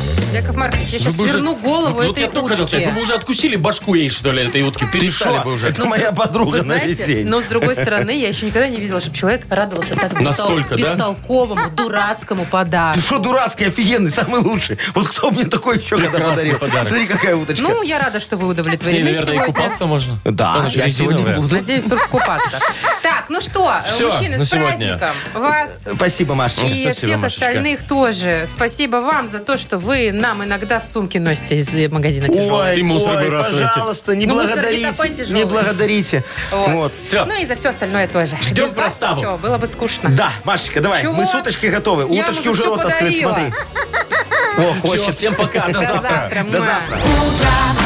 Яков Маркович, я сейчас
Ну, Вы бы уже-
сверну голову
Вот
этой
я только хотел сказать,
утки.
вы бы уже откусили башку ей, что ли, этой утки. Перестали
Что?
бы уже. ну,
Это моя подруга
Вы
на
знаете,
весь день.
но с другой стороны, я еще никогда не видела, чтобы человек радовался так бестол-
Настолько, да?
бестолковому, дурацкому подарку.
Ты что, дурацкий, офигенный, самый лучший. Вот кто мне такой еще когда
Прекрасный
подарил?
подарок.
Смотри, какая уточка.
Ну, я рада, что вы
С ней,
удовлетворены
наверное, и
сегодня.
купаться можно. Она
да,
же
я сегодня
резиновая.
буду.
Надеюсь, только купаться. Так, ну что,
Всё,
мужчины,
на
с
сегодня.
праздником вас
Спасибо, Машечка.
и
спасибо,
всех
Машечка.
остальных тоже. Спасибо вам за то, что вы нам иногда сумки носите из магазина тяжелых.
Ой,
И мусор
ой,
выбрасываете.
пожалуйста, не
Ну, мусор не такой
благодарите.
тяжелый.
благодарите. Вот.
Всё.
Ну и за все остальное тоже.
Ждём
Без вас
проставу.
чё, было бы скучно.
Да, Машечка, давай,
Чего?
мы с уточкой готовы.
Я
Уточки
уже
уже
всё
рот открыт,
подарила.
смотри. О,
Все,
хочет.
всем пока, до
До
завтра.
завтра.
До
муа.
завтра.
Утро